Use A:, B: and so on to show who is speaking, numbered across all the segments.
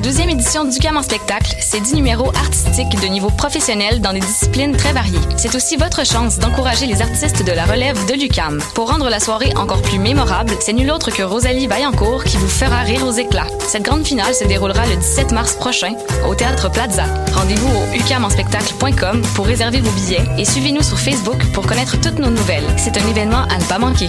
A: production d'UCAM en spectacle, c'est 10 numéros artistiques de niveau professionnel dans des disciplines très variées. C'est aussi votre chance d'encourager les artistes de la relève de l'UCAM. Pour rendre la soirée encore plus mémorable, c'est nul autre que Rosalie Vaillancourt qui vous fera rire aux éclats. Cette grande finale se déroulera le 17 mars prochain au Théâtre Plaza. Rendez-vous au ucamenspectacle.com pour réserver vos billets et suivez-nous sur Facebook pour connaître toutes nos nouvelles. C'est un événement à ne pas manquer.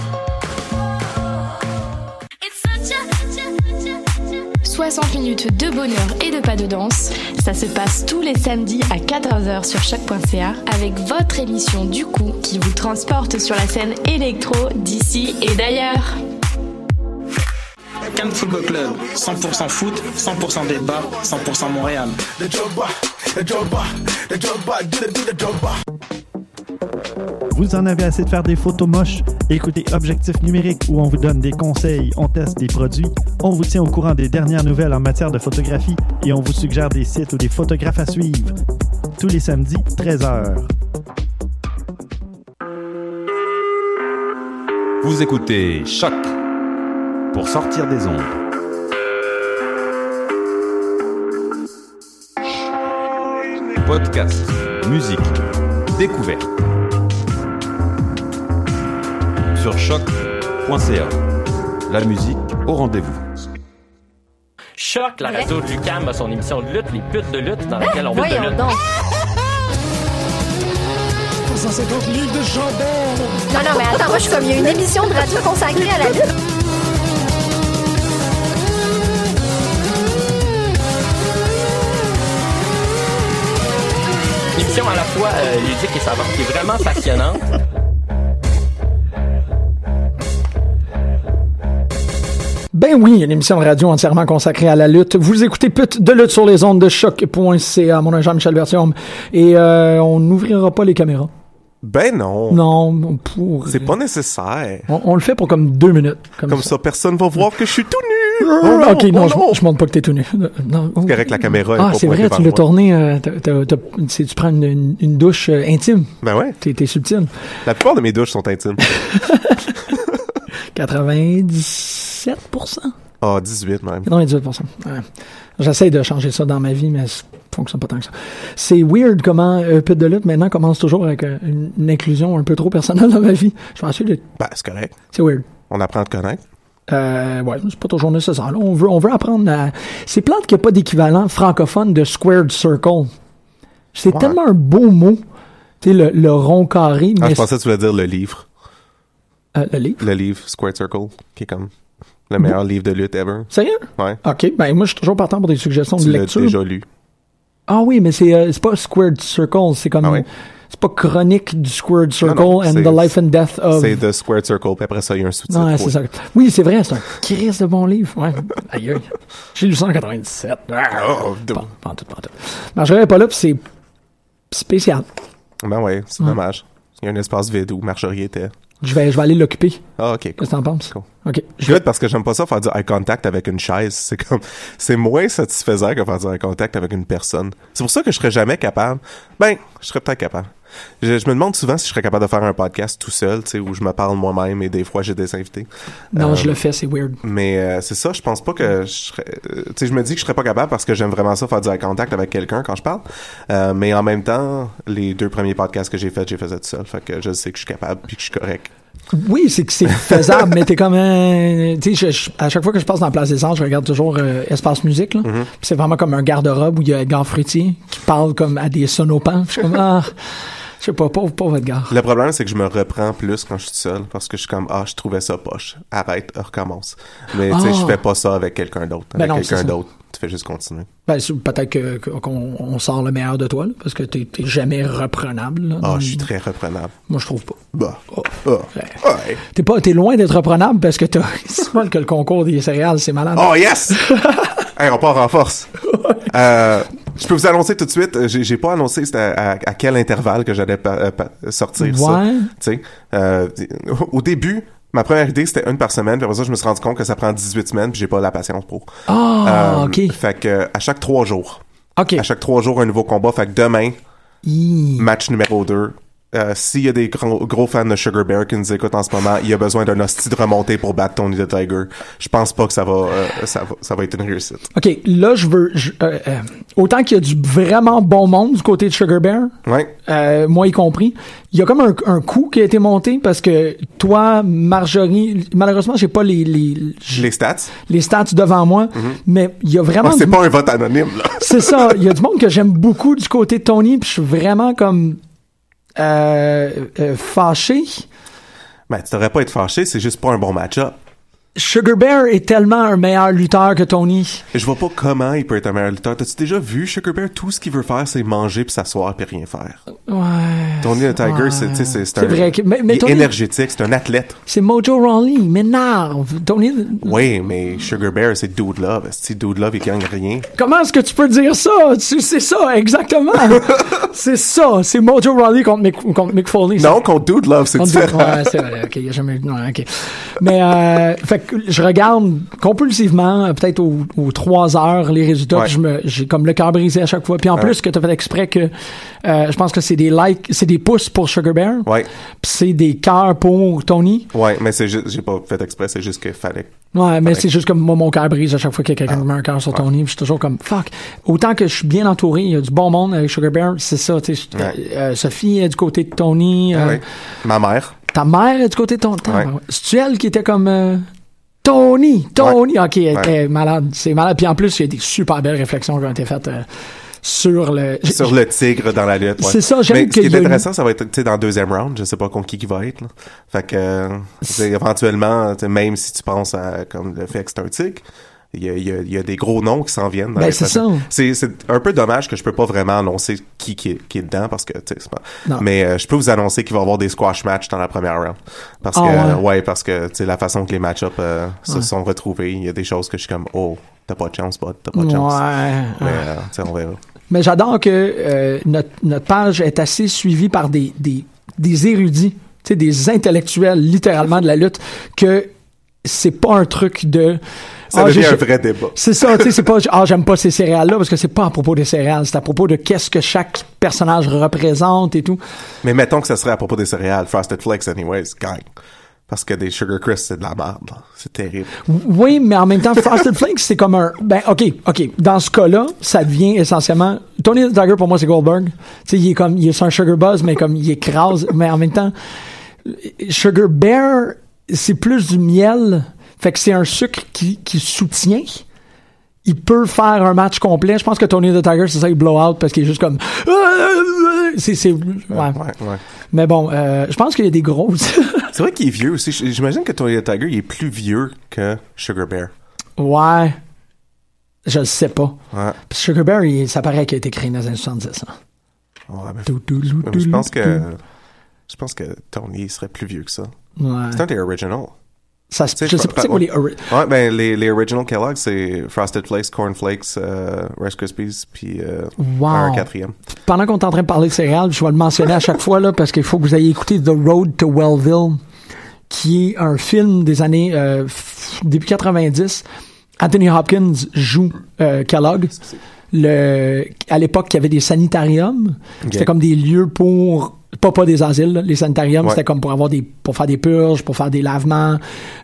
B: It's such a
C: 60 minutes de bonheur et de pas de danse
D: Ça se passe tous les samedis à 14h sur choc.ca.
C: avec votre émission du coup.
D: qui vous transporte sur la scène électro d'ici et d'ailleurs.
E: Cannes Football Club, 100% foot, 100% débat, 100% Montréal.
F: Vous en avez assez de faire des photos moches? Écoutez Objectif numérique où on vous donne des conseils, on teste des produits, on vous tient au courant des dernières nouvelles en matière de photographie et on vous suggère des sites ou des photographes à suivre. Tous les samedis, 13h.
G: Vous écoutez Choc pour sortir des ondes. Podcast, musique, découverte. Sur choc.ca. La musique au rendez-vous.
H: Choc, la radio du CAM a son émission de lutte, les putes de lutte, dans laquelle on parle de lutte.
I: Non, non, mais attends, moi, je suis comme, il y a une émission de radio consacrée à la lutte.
H: Une émission à la fois euh, ludique et savante, qui est vraiment passionnante.
J: Ben oui, une émission de radio entièrement consacrée à la lutte. Vous écoutez Pute de lutte sur les ondes de choc.ca. Mon nom est Jean-Michel Bertium. Et euh, on n'ouvrira pas les caméras.
K: Ben non.
J: Non, on pourrait.
K: C'est pas nécessaire.
J: On, on le fait pour comme deux minutes. Comme,
K: Comme ça, personne va voir que je suis tout nu.
J: ok, non, je,
K: non.
J: je montre pas que t'es tout nu. Non, oh.
K: C'est correct, la caméra est
J: Ah,
K: pas
J: c'est
K: pointée
J: vrai,
K: vers
J: tu l'as
K: moi.
J: tourné. euh, t'as- t'as- t'as- c'est- tu prends une, une- une douche euh, intime.
K: Ben ouais.
J: T'es t'es subtil.
K: La plupart de mes douches sont intimes.
J: 97
K: Ah, 18 même.
J: 98 ouais. J'essaie de changer ça dans ma vie, mais ça fonctionne pas tant que ça. C'est weird comment euh, Pute de lutte maintenant commence toujours avec euh, une, une inclusion un peu trop personnelle dans ma vie. Je pense que
K: Ben, c'est correct.
J: c'est weird.
K: On apprend à te connaître.
J: Euh, ouais, c'est pas toujours nécessaire. là. on, veut, on veut apprendre à... C'est plate qu'il n'y a pas d'équivalent francophone de squared circle. C'est
K: Ouais.
J: tellement un beau mot. Tu sais, le, le rond carré,
K: Ah,
J: mais...
K: je pensais que tu voulais dire le livre.
J: Euh, le livre.
K: Le livre Square Circle, qui est comme le meilleur livre de lutte ever.
J: Sérieux?
K: Ouais.
J: OK, ben moi, je suis toujours partant pour des suggestions
K: Tu
J: de
K: l'as
J: lecture.
K: déjà lu.
J: Ah oui, mais c'est euh, c'est pas Squared Circle, c'est comme
K: Ah ouais?
J: c'est pas chronique du Squared Circle
K: Non, non,
J: and
K: c'est-
J: the life and death of.
K: C'est The Square Circle, puis après ça, il y a un sous-titre.
J: Non, Ah, ouais,
K: pour-
J: c'est ça. Oui, c'est vrai, c'est un Chris de bon livre. Ouais. Aïe aïe. J'ai lu 197.
K: Oh, de-
J: Pas, pas en tout, pas en tout. Marjorie est pas là, puis c'est spécial.
K: Ben ouais, c'est dommage. Il y a un espace vide où Marjorie était.
J: Je vais, je vais aller l'occuper.
K: Ah, ok, cool.
J: Qu'est-ce que t'en penses?
K: Cool.
J: OK.
K: Je parce que j'aime pas ça faire du eye contact avec une chaise. C'est comme, c'est moins satisfaisant que faire du eye contact avec une personne. C'est pour ça que je serais jamais capable. Ben, je serais peut-être capable. Je, je me demande souvent si je serais capable de faire un podcast tout seul, tu sais, où je me parle moi-même et des fois j'ai des invités.
J: Non,
K: Euh,
J: je le fais, c'est weird.
K: Mais euh, c'est ça, je pense pas que je serais... euh, Tu sais, je me dis que je serais pas capable parce que j'aime vraiment ça faire du eye contact avec quelqu'un quand je parle. Euh, mais en même temps, les deux premiers podcasts que j'ai faits, j'ai fait ça tout seul. Fait que je sais que je suis capable puis que je suis correct.
J: Oui, c'est que c'est faisable, mais t'es comme un... Tu sais, je- je- à chaque fois que je passe dans la place des Arts, je regarde toujours euh, Espace Musique, là.
K: Mm-hmm.
J: Puis c'est vraiment comme un garde-robe où il y a Edgar Fruitier qui parle comme à des sonopans. Je suis comme, ah, je sais pas, pauvre, pauvre Edgar.
K: Le problème, c'est que je me reprends plus quand je suis seul parce que je suis comme ah, je trouvais ça poche. Arrête, recommence. Mais tu sais,
J: Ah.
K: je fais pas ça avec quelqu'un d'autre.
J: Ben
K: Avec
J: non, c'est ça.
K: quelqu'un d'autre, tu fais juste continuer.
J: Ben, c'est- peut-être que, que- qu'on on sort le meilleur de toi, là, parce que t'es, t'es jamais reprenable. là.
K: Ah, je suis très reprenable.
J: Moi, je trouve pas.
K: Bah, ah,
J: Oh.
K: ouais.
J: T'es, pas, t'es loin d'être reprenable parce que t'as... c'est mal que
K: Ah.
J: le concours des céréales, c'est malade.
K: Oh yes! hey, on part en force. Euh, Je peux vous annoncer tout de suite, euh, j'ai, j'ai pas annoncé c'était à, à- à quel intervalle que j'allais pa- pa- sortir ça.
J: Ouais.
K: Tu sais, euh, au début, ma première idée c'était une par semaine, puis après ça je me suis rendu compte que ça prend 18 semaines, puis j'ai pas la patience pour.
J: Ah,
K: Euh,
J: ok.
K: Fait que euh, à chaque trois jours.
J: Ok.
K: À chaque trois jours un nouveau combat. Fait que demain, match numéro 2. S'il y a des gros, gros fans de Sugar Bear qui nous écoutent en ce moment, il y a besoin d'un hostie de remontée pour battre Tony the Tiger. Je pense pas que ça va, euh, ça va, ça va être une réussite.
J: OK, là, je veux. je- euh, euh, autant qu'il y a du vraiment bon monde du côté de Sugar Bear,
K: Ouais.
J: euh, moi y compris, il y a comme un, un coup qui a été monté parce que toi, Marjorie, malheureusement, j'ai pas les, les,
K: Les stats.
J: les stats devant moi, mais il y a vraiment.
K: Ah, c'est
J: du-
K: pas un vote anonyme, là.
J: C'est ça. Il y a du monde que j'aime beaucoup du côté de Tony, puis je suis vraiment comme euh, euh, fâché.
K: Ben, tu devrais pas être fâché, c'est juste pas un bon match-up.
J: Sugar Bear est tellement un meilleur lutteur que Tony.
K: Je vois pas comment il peut être un meilleur lutteur. T'as-tu déjà vu Sugar Bear? Tout ce qu'il veut faire, c'est manger puis s'asseoir puis rien faire.
J: Ouais.
K: Tony the Tiger, c'est, tu sais, c'est,
J: C'est
K: un,
J: vrai que- mais- mais
K: il est
J: Tony-
K: énergétique, c'est un athlète.
J: C'est Mojo Rawley, il m'énerve. Tony,
K: Oui, mais Sugar Bear, c'est Dude Love. Si Dude Love, il gagne rien.
J: comment est-ce que tu peux dire ça? Tu- C'est ça, exactement. c'est ça. C'est Mojo Rawley contre Mick, contre Mick Foley. ça.
K: Non, contre Dude Love, c'est
J: On dit-
K: différent.
J: ouais, c'est vrai, ok, il y a jamais eu- non, ok. Mais, euh, fait que je regarde compulsivement, euh, peut-être aux, aux trois heures, les résultats,
K: Ouais.
J: puis je me, j'ai comme le cœur brisé à chaque fois. Puis en plus, que t'as fait exprès que, euh, je pense que c'est des likes, c'est des pouces pour Sugar Bear,
K: Ouais.
J: puis c'est des cœurs pour Tony.
K: Ouais, mais c'est juste, j'ai pas fait exprès, c'est juste qu'il fallait.
J: Ouais, mais c'est juste comme moi, mon cœur brise à chaque fois qu'il y a quelqu'un
K: Ah.
J: qui met un cœur sur Tony, puis je suis toujours comme fuck. Autant que je suis bien entouré, il y a du bon monde avec Sugar Bear, c'est ça, tu sais. je-
K: Ouais.
J: euh, Sophie est du côté de Tony. euh,
K: Ouais. Ma mère.
J: Ta mère est du côté de ton.
K: Ouais.
J: C'est elle qui était comme. euh, Tony, Tony, ok, elle était malade, c'est malade. Puis en plus, il y a des super belles réflexions qui ont été faites euh, sur le.
K: Sur le tigre dans la lutte. ouais.
J: C'est ça, j'aime
K: Mais
J: que
K: ce qui
J: il y
K: est
J: a une-
K: intéressant, ça va être tu sais, dans le deuxième round. Je sais pas contre qui qui va être. là. Fait que, euh, c'est- éventuellement, tu sais, même si tu penses à comme le fait que c'est un tigre, il y a, il y a- il y a des gros noms qui s'en viennent. dans
J: Ben,
K: les
J: c'est
K: prochaines-
J: ça.
K: C'est c'est un peu dommage que je peux pas vraiment annoncer qui, qui, est- qui est dedans parce que, tu sais, c'est pas.
J: Non.
K: Mais euh, je peux vous annoncer qu'il va y avoir des squash matchs dans la première round. Parce
J: Ah,
K: que,
J: ouais.
K: ouais. parce que, tu sais, la façon que les match-ups euh, se
J: Ouais.
K: sont retrouvés, il y a des choses que je suis comme, oh, t'as pas de chance, bud, t'as pas de
J: Ouais.
K: chance. Mais,
J: Ouais.
K: euh, tu sais, on verra.
J: Mais j'adore que euh, notre, notre page est assez suivie par des, des, des érudits, tu sais, des intellectuels littéralement de la lutte, que c'est pas un truc de.
K: Ça
J: Ah,
K: devient
J: j'ai-
K: un vrai débat.
J: C'est ça, tu sais, c'est pas ah j'aime pas ces céréales là parce que c'est pas à propos des céréales, c'est à propos de qu'est-ce que chaque personnage représente et tout.
K: Mais mettons que ça serait à propos des céréales. Frosted Flakes, anyways, gagne. Parce que des Sugar Crisp, c'est de la merde. là. C'est terrible.
J: Oui, mais en même temps Frosted Flakes c'est comme un ben OK, OK, dans ce cas-là, ça devient essentiellement Tony the Tiger pour moi c'est Goldberg. Tu sais, il est comme il est sur un sugar buzz mais comme il écrase mais en même temps Sugar Bear c'est plus du miel, fait que c'est un sucre qui qui soutient. il peut faire un match complet. Je pense que Tony the Tiger, c'est ça, il blow out parce qu'il est juste comme. C'est. c'est- ouais.
K: Ouais, ouais.
J: Mais bon, euh, je pense qu'il y a des grosses.
K: C'est vrai qu'il est vieux aussi. J- J'imagine que Tony the Tiger, il est plus vieux que Sugar Bear.
J: ouais. Je le sais pas.
K: Ouais.
J: Puis Sugar Bear, il- ça paraît qu'il a été créé dans les années 70. hein.
K: Ouais, mais-
J: Dou, dou, dou,
K: mais je
J: dou,
K: pense
J: dou.
K: que. Je pense que Tony il serait plus vieux que ça.
J: Ouais.
K: C'est un des originals.
J: Ça, se- je sais pas c'est quoi les. ori-
K: Ouais, ben les, les original Kellogg, c'est Frosted Flakes, Corn Flakes, euh, Rice Krispies, puis euh,
J: Wow.
K: un quatrième.
J: Pendant qu'on est en train de parler de céréales, je vais le mentionner à chaque fois là, parce qu'il faut que vous ayez écouté The Road to Wellville, qui est un film des années euh, f- début 90. Anthony Hopkins joue euh, Kellogg. Le, à l'époque, il y avait des sanitariums. C'était comme des lieux pour pas pas des asiles. là. Les sanitariums,
K: Ouais.
J: c'était comme pour avoir des pour faire des purges, pour faire des lavements,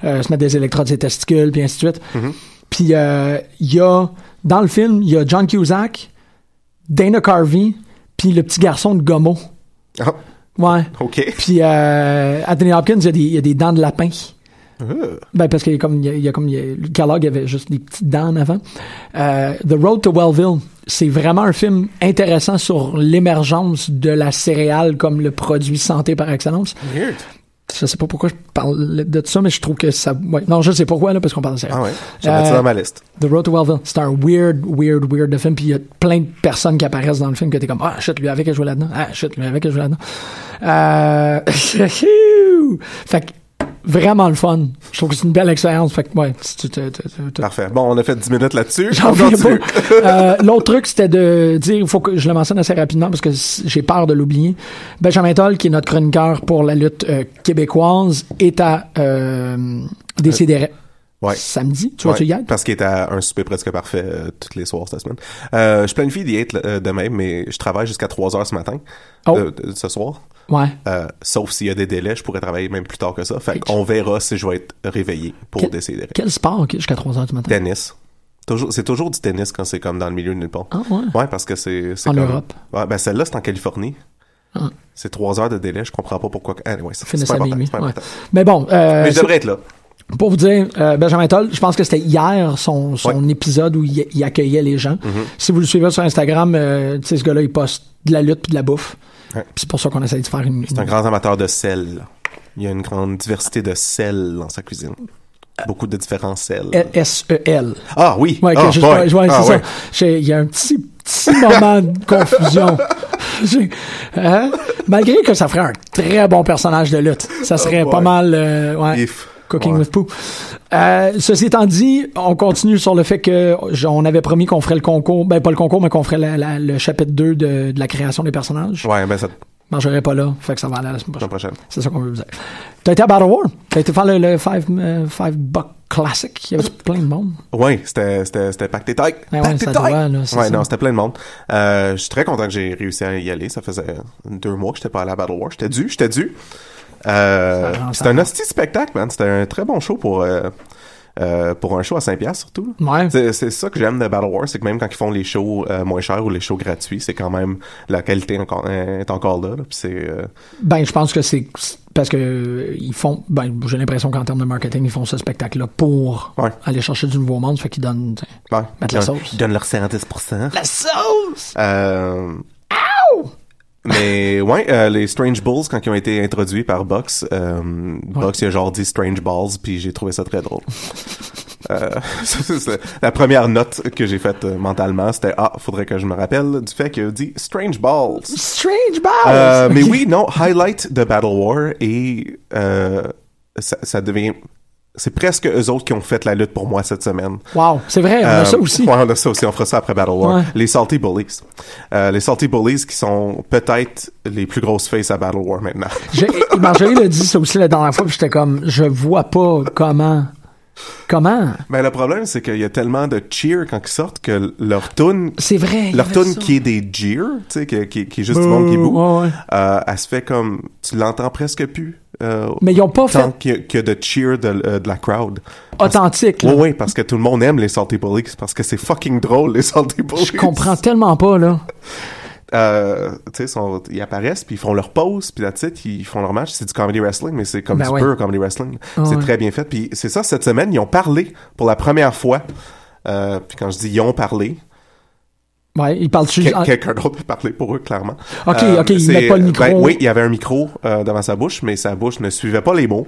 J: euh, se mettre des électrodes des testicules, puis ainsi de suite.
K: Mm-hmm.
J: Puis euh, il y a dans le film, il y a John Cusack, Dana Carvey, puis le petit garçon de Gomo.
K: Ah,
J: Ouais.
K: OK.
J: Puis euh, Anthony Hopkins, il y, a des, il y a des dents de lapin.
K: Euh,
J: Ben parce qu'il y a comme il y a, il y a comme il y a- Kellogg avait juste des petites dents en avant. Euh, The Road to Wellville, c'est vraiment un film intéressant sur l'émergence de la céréale comme le produit santé par excellence.
K: weird.
J: Je sais pas pourquoi je parle de ça, mais je trouve que ça. ouais. Non, je sais pourquoi là parce qu'on parle de céréales.
K: Ah ouais. J'ai mis ça
J: Euh,
K: dans ma liste.
J: The Road to Wellville, c'est un weird, weird, weird de film. Puis il y a plein de personnes qui apparaissent dans le film que t'es comme ah shit lui avec que je joué là-dedans, ah shit lui avec que je joué là-dedans. Euh... fait que vraiment le fun. Je trouve que c'est une belle expérience. Fait que, ouais, tu- tu- tu- tu- tu-
K: Parfait. Bon, on a fait 10 minutes là-dessus.
J: J'en
K: On
J: reviens
K: Ah. continue.
J: pas. Euh, L'autre truc, c'était de dire, il faut que je le mentionne assez rapidement parce que c- j'ai peur de l'oublier. Benjamin Toll, qui est notre chroniqueur pour la lutte euh, québécoise, est à euh, Décideret.
K: Ouais.
J: Samedi, tu vas-tu y aller?
K: Parce qu'il est à un souper presque parfait euh, tous les soirs cette semaine. Euh, je planifie d'y être euh, demain, mais je travaille jusqu'à 3 heures ce matin,
J: Oh.
K: euh, de- ce soir.
J: Ouais.
K: Euh, sauf s'il y a des délais, je pourrais travailler même plus tard que ça. Fait qu'on verra si je vais être réveillé pour
J: Quel-
K: décider.
J: Quel sport ok, jusqu'à 3 h du matin?
K: Tennis. Toujours, c'est toujours du tennis quand c'est comme dans le milieu de nulle part.
J: Ah ouais?
K: Ouais, parce que c'est. c'est
J: En
K: comme-
J: Europe.
K: Ouais, ben celle-là, c'est en Californie.
J: Ah.
K: C'est 3 heures de délai, je comprends pas pourquoi. Anyway, c'est, c'est
J: Finissent
K: pas
J: à
K: important.
J: minuit,
K: c'est pas
J: ouais.
K: important.
J: Mais bon, euh,
K: mais je
J: c'est-
K: devrais être là.
J: Pour vous dire, euh, Benjamin Toll, je pense que c'était hier son, son épisode où il, il accueillait les gens.
K: Mm-hmm.
J: Si vous le suivez sur Instagram, euh, tu sais, ce gars-là, il poste de la lutte puis de la bouffe.
K: Ouais.
J: Puis C'est pour ça qu'on essaie de faire une,
K: C'est un
J: une-
K: grand amateur de sel. Il y a une grande diversité de sel dans sa cuisine. Beaucoup de différents sels.
J: S-E-L.
K: Ah oui!
J: Euh, E Ouais, que
K: Ah,
J: je-
K: boy.
J: ouais, ouais,
K: Ah,
J: c'est
K: ouais.
J: ça. J'ai- Il y a un petit, petit moment de confusion. J'ai- hein? Malgré que ça ferait un très bon personnage de lutte. Ça serait
K: Oh, boy.
J: pas mal. euh, ouais.
K: If.
J: Cooking
K: Ouais.
J: with Pooh. Euh, ceci étant dit, on continue sur le fait que j- on avait promis qu'on ferait le concours, ben pas le concours, mais qu'on ferait la- la- le chapitre 2 de, de la création des personnages.
K: Ouais, ben ça,
J: Je mangerai pas là, fait que ça va aller à la semaine
K: la
J: prochaine.
K: prochaine.
J: C'est ça qu'on veut vous dire. T'as été à Battle War, t'as été faire le, le five, euh, five Buck Classic, il y avait plein de monde.
K: Ouais, c'était, c'était, c'était pacté tight.
J: Ouais, ouais,
K: Pacté
J: ça
K: tight!
J: doit, là, c'est
K: ouais,
J: ça.
K: non, c'était plein de monde. Euh, je suis très content que j'ai réussi à y aller. Ça faisait deux mois que j'étais pas allé à Battle War. J'étais dû, j'étais dû. Euh,
J: Ça avance,
K: c'était un
J: ça
K: hostie de spectacle, man. C'était un très bon show pour, euh, euh, pour un show à 5$ surtout. là.
J: Ouais.
K: C'est, c'est ça que j'aime de Battle War, c'est que même quand ils font les shows euh, moins chers ou les shows gratuits, c'est quand même la qualité encore, euh, est encore là. là. Puis c'est, euh,
J: Ben, je pense que c'est c'est parce que euh, ils font, ben, j'ai l'impression qu'en termes de marketing, ils font ce spectacle-là pour
K: Ouais.
J: aller chercher du nouveau monde, fait qu'ils donnent, tu sais,
K: ouais.
J: mettre la
K: Ils
J: sauce.
K: donnent leur 110%.
J: La sauce!
K: Euh... Mais ouais, euh, les Strange Balls, quand ils ont été introduits par Box, euh, Box, il a genre dit Strange Balls, puis j'ai trouvé ça très drôle. Euh, ça, c'est- c'est la première note que j'ai faite euh, mentalement, c'était « Ah, faudrait que je me rappelle du fait qu'il a dit Strange Balls
J: Strange Balls! ».
K: Euh, Mais
J: Ah, Ok.
K: oui, non, highlight de Battle War, et euh, ça, ça devient... C'est presque eux autres qui ont fait la lutte pour moi cette semaine.
J: Wow, c'est vrai, Eh, on a
K: Euh,
J: ça aussi.
K: ouais, on a ça aussi. On fera ça après Battle War.
J: Ouais.
K: Les Salty Bullies. Euh, les Salty Bullies qui sont peut-être les plus grosses faces à Battle War maintenant.
J: J'ai- Marjorie l'a dit ça aussi la dernière fois, puis j'étais comme, je vois pas comment. Comment?
K: Mais Ben, le problème, c'est qu'il y a tellement de cheer quand ils sortent que leur tune,
J: C'est vrai. il y
K: leur
J: avait
K: tune
J: Eh, ça.
K: qui est des jeer, tu sais, qui, qui, qui est juste du
J: Boo,
K: monde qui boue,
J: ouais, ouais.
K: euh, elle se fait comme, tu l'entends presque plus. euh,
J: Mais ils ont
K: tant
J: pas fait
K: qu'il y a- qu'il y a de cheer de, euh, de la crowd.
J: authentique.
K: Oui,
J: là.
K: oui, parce que tout le monde aime les Salty Bullies, parce que c'est fucking drôle, les Salty Bullies.
J: Je comprends tellement pas, là.
K: euh, tu sais, sont- ils apparaissent, puis ils font leur pause, puis la titre, ils font leur match. C'est du comedy wrestling, mais c'est comme
J: Ben
K: du
J: ouais.
K: pur comedy wrestling.
J: Ah
K: c'est
J: ouais.
K: très bien fait. Puis c'est ça, cette semaine, ils ont parlé pour la première fois. Euh, puis quand je dis ils ont parlé,
J: Ouais, ils parlent-tu.
K: quel-
J: en-
K: quelqu'un d'autre peut parler pour eux, clairement.
J: ah. Ok,
K: Euh,
J: ok, ils
K: c'est-
J: mettent pas le
K: ben
J: micro.
K: oui, il y avait un micro euh, devant sa bouche, mais sa bouche ne suivait pas les mots.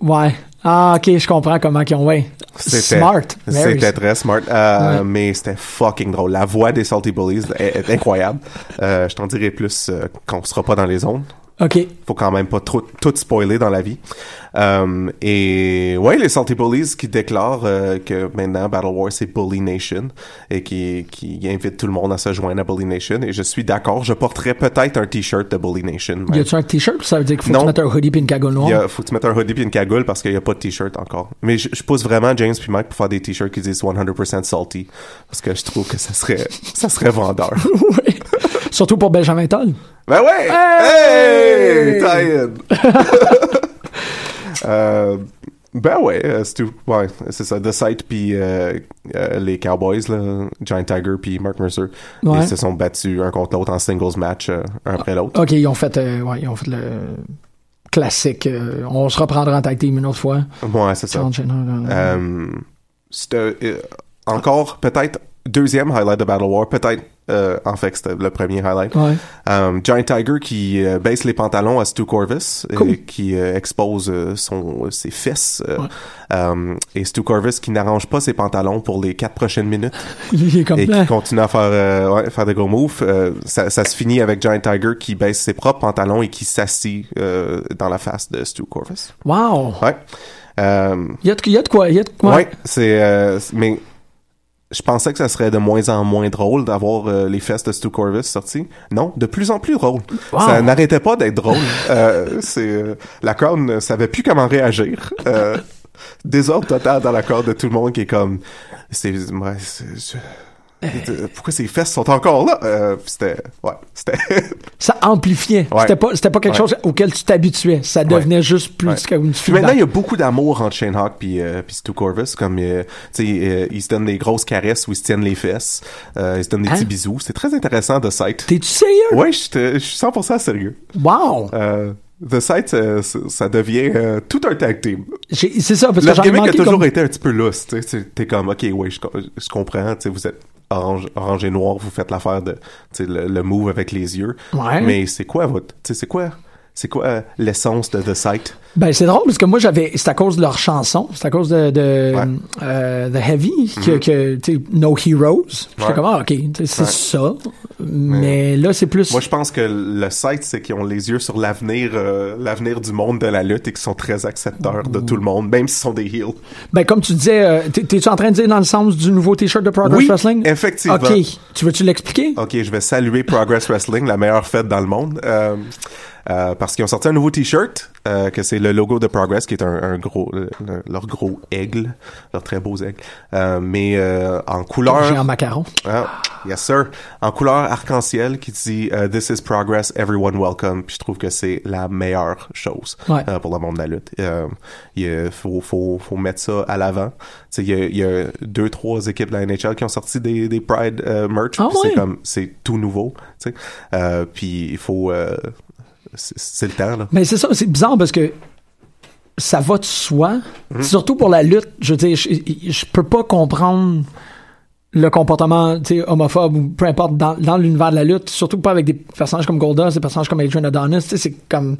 J: Ouais. Ah, ok, je comprends comment ils ont. Ouais.
K: C'était-
J: Smart. Ben very
K: C'était très smart. Euh,
J: Ouais.
K: Mais c'était fucking drôle. La voix des Salty Bullies est, est incroyable. Euh, je t'en dirai plus euh, quand on sera pas dans les zones.
J: Ok.
K: faut quand même pas trop tout spoiler dans la vie. Euh, et ouais, les Salty Bullies qui déclarent euh, que maintenant Battle War c'est Bully Nation et qui, qui invite tout le monde à se joindre à Bully Nation. Et je suis d'accord, je porterais peut-être un t-shirt de Bully Nation. mais
J: Y a-tu un t-shirt? Ça veut dire qu'il faut que tu
K: Non.
J: mettes un hoodie puis une cagoule
K: il y
J: noire.
K: a- faut que tu mettes un hoodie et une cagoule parce qu'il n'y a pas de t-shirt encore. Mais je, je pousse vraiment James puis Mike pour faire des t-shirts qui disent 100% salty parce que je trouve que ça serait, ça serait vendeur.
J: Ouais. Surtout pour Benjamin Toll.
K: Ben ouais!
J: Hey!
K: Hey! tie-in. Euh, ben ouais, euh, c'est tout. Ouais, c'est ça. The Sight puis euh, euh, les Cowboys, là, Giant Tiger puis Mark Mercer,
J: Ouais.
K: ils se sont battus un contre l'autre en singles match, euh, un après l'autre.
J: Ok, ils ont fait, euh, ouais, ils ont fait le classique. euh, on se reprendra en tag team une autre fois.
K: Ouais, c'est ça.
J: John Cena, là, là.
K: Euh, c'est, euh, encore peut-être deuxième highlight de Battle War, peut-être. euh, en fait, c'était le premier highlight.
J: Ouais.
K: Euh, Giant Tiger qui euh, baisse les pantalons à Stu Corvus, et
J: Cool.
K: qui euh, expose euh, son, ses fesses. euh, euh, et Stu Corvus qui n'arrange pas ses pantalons pour les quatre prochaines minutes
J: Il est comme
K: et
J: là.
K: qui continue à faire, euh, ouais, faire des gros moves. Euh, ça, ça se finit avec Giant Tiger qui baisse ses propres pantalons et qui s'assit euh, dans la face de Stu Corvus.
J: Wow!
K: Ouais. Euh,
J: Il y, a de, il y a de quoi, il y a de quoi.
K: Ouais, c'est. euh, c'est- mais je pensais que ça serait de moins en moins drôle d'avoir euh, les fesses de Stu Corvus sorties. Non, de plus en plus drôle.
J: Wow.
K: Ça n'arrêtait pas d'être drôle. Euh, c'est euh, la crowd ne savait plus comment réagir. Euh, désordre total dans la crowd de tout le monde qui est comme. C'est. ouais, c'est- je- euh, Pourquoi ces fesses sont encore là? Euh, c'était. Ouais, c'était.
J: Ça amplifiait.
K: Ouais.
J: C'était pas, c'était pas quelque
K: Ouais.
J: chose auquel tu t'habituais. Ça devenait juste plus
K: Ouais.
J: comme une
K: Puis maintenant, il y a beaucoup d'amour entre Shane Hawk puis euh, puis Stu Corvus. Comme, euh, tu sais, euh, ils se donnent des grosses caresses où ils se tiennent les fesses. Euh, ils se donnent des
J: Hein?
K: petits bisous. C'est très intéressant, The Sight.
J: T'es-tu sérieux?
K: Ouais, je te- je suis 100% sérieux.
J: Wow!
K: Euh, The Sight, euh, c- ça devient euh, tout un tag team.
J: J'ai- C'est ça, parce que
K: Leur
J: j'en ai
K: gimmick a
J: manqué
K: toujours
J: comme-
K: été un petit peu lousse. Tu sais, c'est- t'es comme, OK, ouais, je, co- je comprends. Tu sais, vous êtes orange, orange et noir. Vous faites l'affaire de, tu sais, le, le move avec les yeux.
J: Ouais.
K: Mais c'est quoi votre... Tu sais, c'est quoi... C'est quoi euh, l'essence de The Sight?
J: Ben, c'est drôle parce que moi, j'avais. C'est à cause de leur chanson. C'est à cause de, de euh, The Heavy, que, que, tu sais, No Heroes. J'étais
K: Mm-hmm. Ouais.
J: comme, ah, ok, tu sais, c'est
K: Ouais. euh,
J: ça. Mais là, c'est plus.
K: Moi, je pense que le site, c'est qu'ils ont les yeux sur l'avenir, euh, l'avenir du monde de la lutte et qu'ils sont très accepteurs de tout le monde, même s'ils sont des heels.
J: Ben, comme tu disais, euh, t'es- t'es-tu en train de dire dans le sens du nouveau T-shirt de Progress
K: Oui,
J: Wrestling?
K: effectivement.
J: Ok. Tu veux-tu l'expliquer?
K: Ok, je vais saluer Progress Wrestling, la meilleure fête dans le monde, euh, euh, parce qu'ils ont sorti un nouveau t-shirt euh, que c'est le logo de Progress, qui est un, un gros, le- le- leur gros aigle, leur très beau aigle, euh, mais euh, en couleur.
J: J'ai un macaron.
K: Ah, yes sir. En couleur arc-en-ciel qui dit euh, This is progress, everyone welcome. Puis je trouve que c'est la meilleure chose
J: Ouais.
K: euh, pour le monde de la lutte. Euh, Il y a- faut, faut, faut mettre ça à l'avant. Tu sais, Il y, a- il y a deux, trois équipes de la NHL qui ont sorti des, des Pride euh, merch.
J: Ah
K: Puis
J: ouais?
K: C'est comme c'est tout nouveau. tu sais. Euh, puis il faut euh, c'est c'est le temps là.
J: Mais c'est ça, c'est bizarre parce que ça va de soi.
K: Mhm.
J: Surtout pour la lutte, je veux dire, je, je peux pas comprendre le comportement tu sais, homophobe ou peu importe dans, dans l'univers de la lutte, surtout pas avec des personnages comme Goldust, des personnages comme Adrian Adonis, tu sais, c'est comme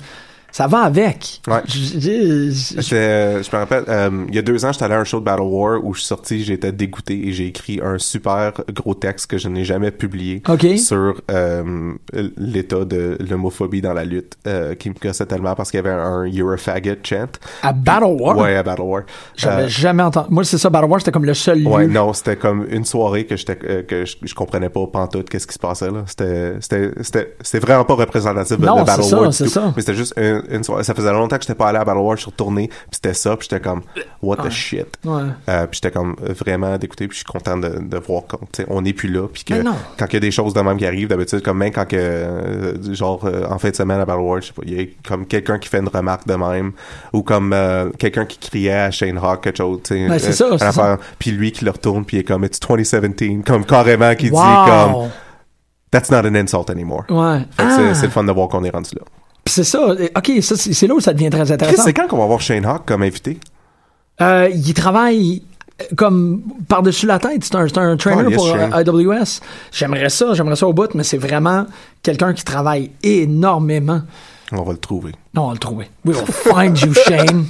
J: ça va avec.
K: Ouais.
J: Je- je- je- je-
K: J'étais, euh, je me rappelle, euh, il y a deux ans, j'étais allé à un show de Battle War où je suis sorti, j'étais dégoûté et j'ai écrit un super gros texte que je n'ai jamais publié
J: Ok.
K: sur euh, l'état de l'homophobie dans la lutte euh, qui me cassait tellement parce qu'il y avait un You're a faggot chant.
J: à Battle War,
K: Ouais, à Battle War.
J: j'avais
K: Euh,
J: jamais entendu. Moi, c'est ça, Battle War, c'était comme le seul
K: Ouais,
J: lieu.
K: non, c'était comme une soirée que j'étais euh, que je, je comprenais pas pantoute qu'est-ce qui se passait là. C'était c'était c'était c'était vraiment pas représentatif de,
J: Non,
K: de
J: c'est
K: Battle
J: ça,
K: War du
J: c'est
K: tout.
J: ça.
K: Mais c'était juste une, une soirée. Ça faisait longtemps que j'étais pas allé à Battle War, je suis retourné, puis c'était ça, puis j'étais comme what the shit.
J: Ouais.
K: Euh, puis j'étais comme vraiment d'écouter, puis je suis content de, de voir qu'on tu sais, on n'est plus là, puis que
J: Mais non.
K: quand il y a des choses de même qui arrivent d'habitude comme même quand que euh, genre euh, en fin de semaine à Battle War, je sais pas, il y a comme quelqu'un qui fait une remarque de même ou comme euh, quelqu'un qui criait à Shane Hawk quelque chose, tu sais, euh,
J: Ouais, Ben, c'est ça,
K: une
J: c'est ça.
K: affaire puis lui qui le retourne puis il est comme it's 2017 comme carrément qui
J: Wow.
K: dit comme that's not an insult anymore
J: Ouais.
K: Fait que c'est-
J: Ah.
K: c'est le fun de voir qu'on est rendu là
J: Puis c'est ça. OK, ça, c'est c'est là où ça devient très
K: Chris,
J: intéressant.
K: c'est quand qu'on va voir Shane Hawk comme invité
J: Euh, il travaille euh, comme par-dessus la tête. C'est un, c'est un trainer
K: Oh, yes,
J: pour
K: Shane.
J: euh, IWS. J'aimerais ça, j'aimerais ça au bout, mais c'est vraiment quelqu'un qui travaille énormément.
K: on va le trouver
J: Non, on va le trouver. We will find you, Shane.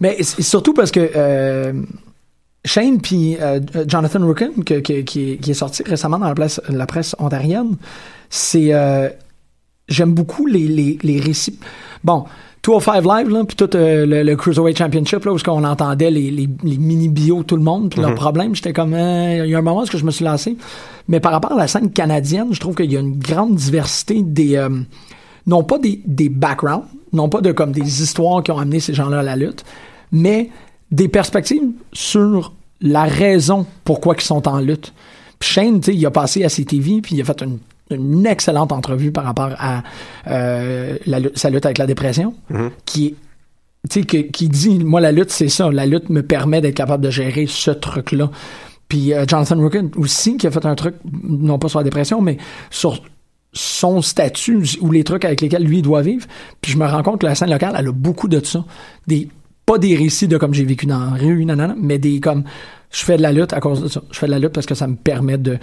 J: Mais c'est surtout parce que euh, Shane puis euh, Jonathan Rookin, que- que- qui, est- qui est sorti récemment dans la, place- la presse ontarienne, c'est... euh, J'aime beaucoup les, les, les récits... Bon, 205 Live, là, puis tout euh, le, le Cruiserweight Championship, là, où on entendait les, les, les mini-bios de tout le monde, puis leurs problèmes, j'étais comme... euh, Il y a un moment où est-ce que je me suis lancé. Mais par rapport à la scène canadienne, je trouve qu'il y a une grande diversité des... euh, non pas des, des backgrounds, non pas de comme des histoires qui ont amené ces gens-là à la lutte, mais des perspectives sur la raison pourquoi ils sont en lutte. Puis Shane, tu sais, il a passé à CTV, puis il a fait une, une excellente entrevue par rapport à euh, la lutte- sa lutte avec la dépression, qui est tu sais, que- qui dit, moi, la lutte, c'est ça. La lutte me permet d'être capable de gérer ce truc-là. Puis euh, Jonathan Rookin aussi, qui a fait un truc, non pas sur la dépression, mais sur son statut ou les trucs avec lesquels lui il doit vivre. Puis je me rends compte que la scène locale, elle a beaucoup de ça. Des pas des récits de comme j'ai vécu dans la rue, nanana, mais des comme je fais de la lutte à cause de ça. Je fais de la lutte parce que ça me permet de.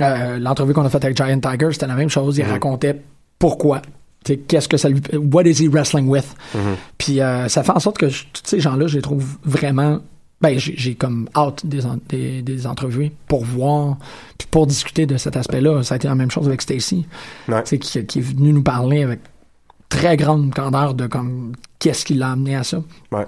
J: Euh, L'entrevue qu'on a faite avec Giant Tiger, c'était la même chose. Il
K: Mhm.
J: racontait pourquoi. Tu sais, Qu'est-ce que ça lui. What is he wrestling with?
K: Mhm.
J: Puis euh, ça fait en sorte que je- tous ces gens-là, je les trouve vraiment. Ben, j'ai j'ai comme hâte des, en- des, des entrevues pour voir, puis pour discuter de cet aspect-là. Ça a été la même chose avec Stacy, Tu sais, qui, qui est venu nous parler avec très grande candeur de comme qu'est-ce qui l'a amené à ça.
K: Ouais.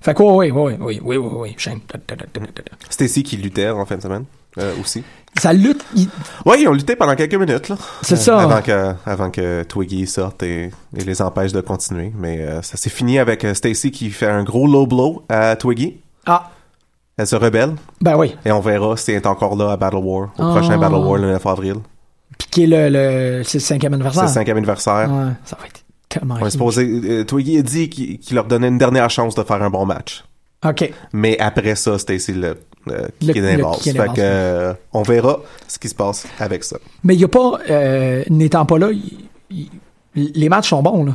J: Fait que oui, oui, oui, oui, oui, oui, oui, Shane. Ta, ta, ta, ta, ta, ta.
K: Stacy qui luttait en fin de semaine euh, aussi.
J: Ça lutte. il-
K: Oui, ils ont lutté pendant quelques minutes. là.
J: C'est
K: Euh,
J: ça.
K: Avant que, avant que Twiggy sorte et, et les empêche de continuer. Mais euh, ça s'est fini avec euh, Stacy qui fait un gros low blow à Twiggy.
J: Ah.
K: Elle se rebelle.
J: Ben oui.
K: Et on verra si elle est encore là à Battle War, au
J: Ah.
K: prochain Battle War le 9 avril.
J: Puis qui est le, le, c'est le cinquième
K: C'est
J: anniversaire.
K: le cinquième anniversaire.
J: Ouais, ça va être tellement
K: On est
J: huge.
K: supposé, euh, Twiggy a dit qu'il qu'il leur donnait une dernière chance de faire un bon match.
J: OK.
K: Mais après ça, Stacy le, euh, le,
J: Le-
K: kick in
J: le
K: the balls.
J: kick in the
K: Fait
J: balls.
K: que, euh, on verra ce qui se passe avec ça.
J: Mais il n'y a pas, euh, n'étant pas là, il- il- les matchs sont bons, là.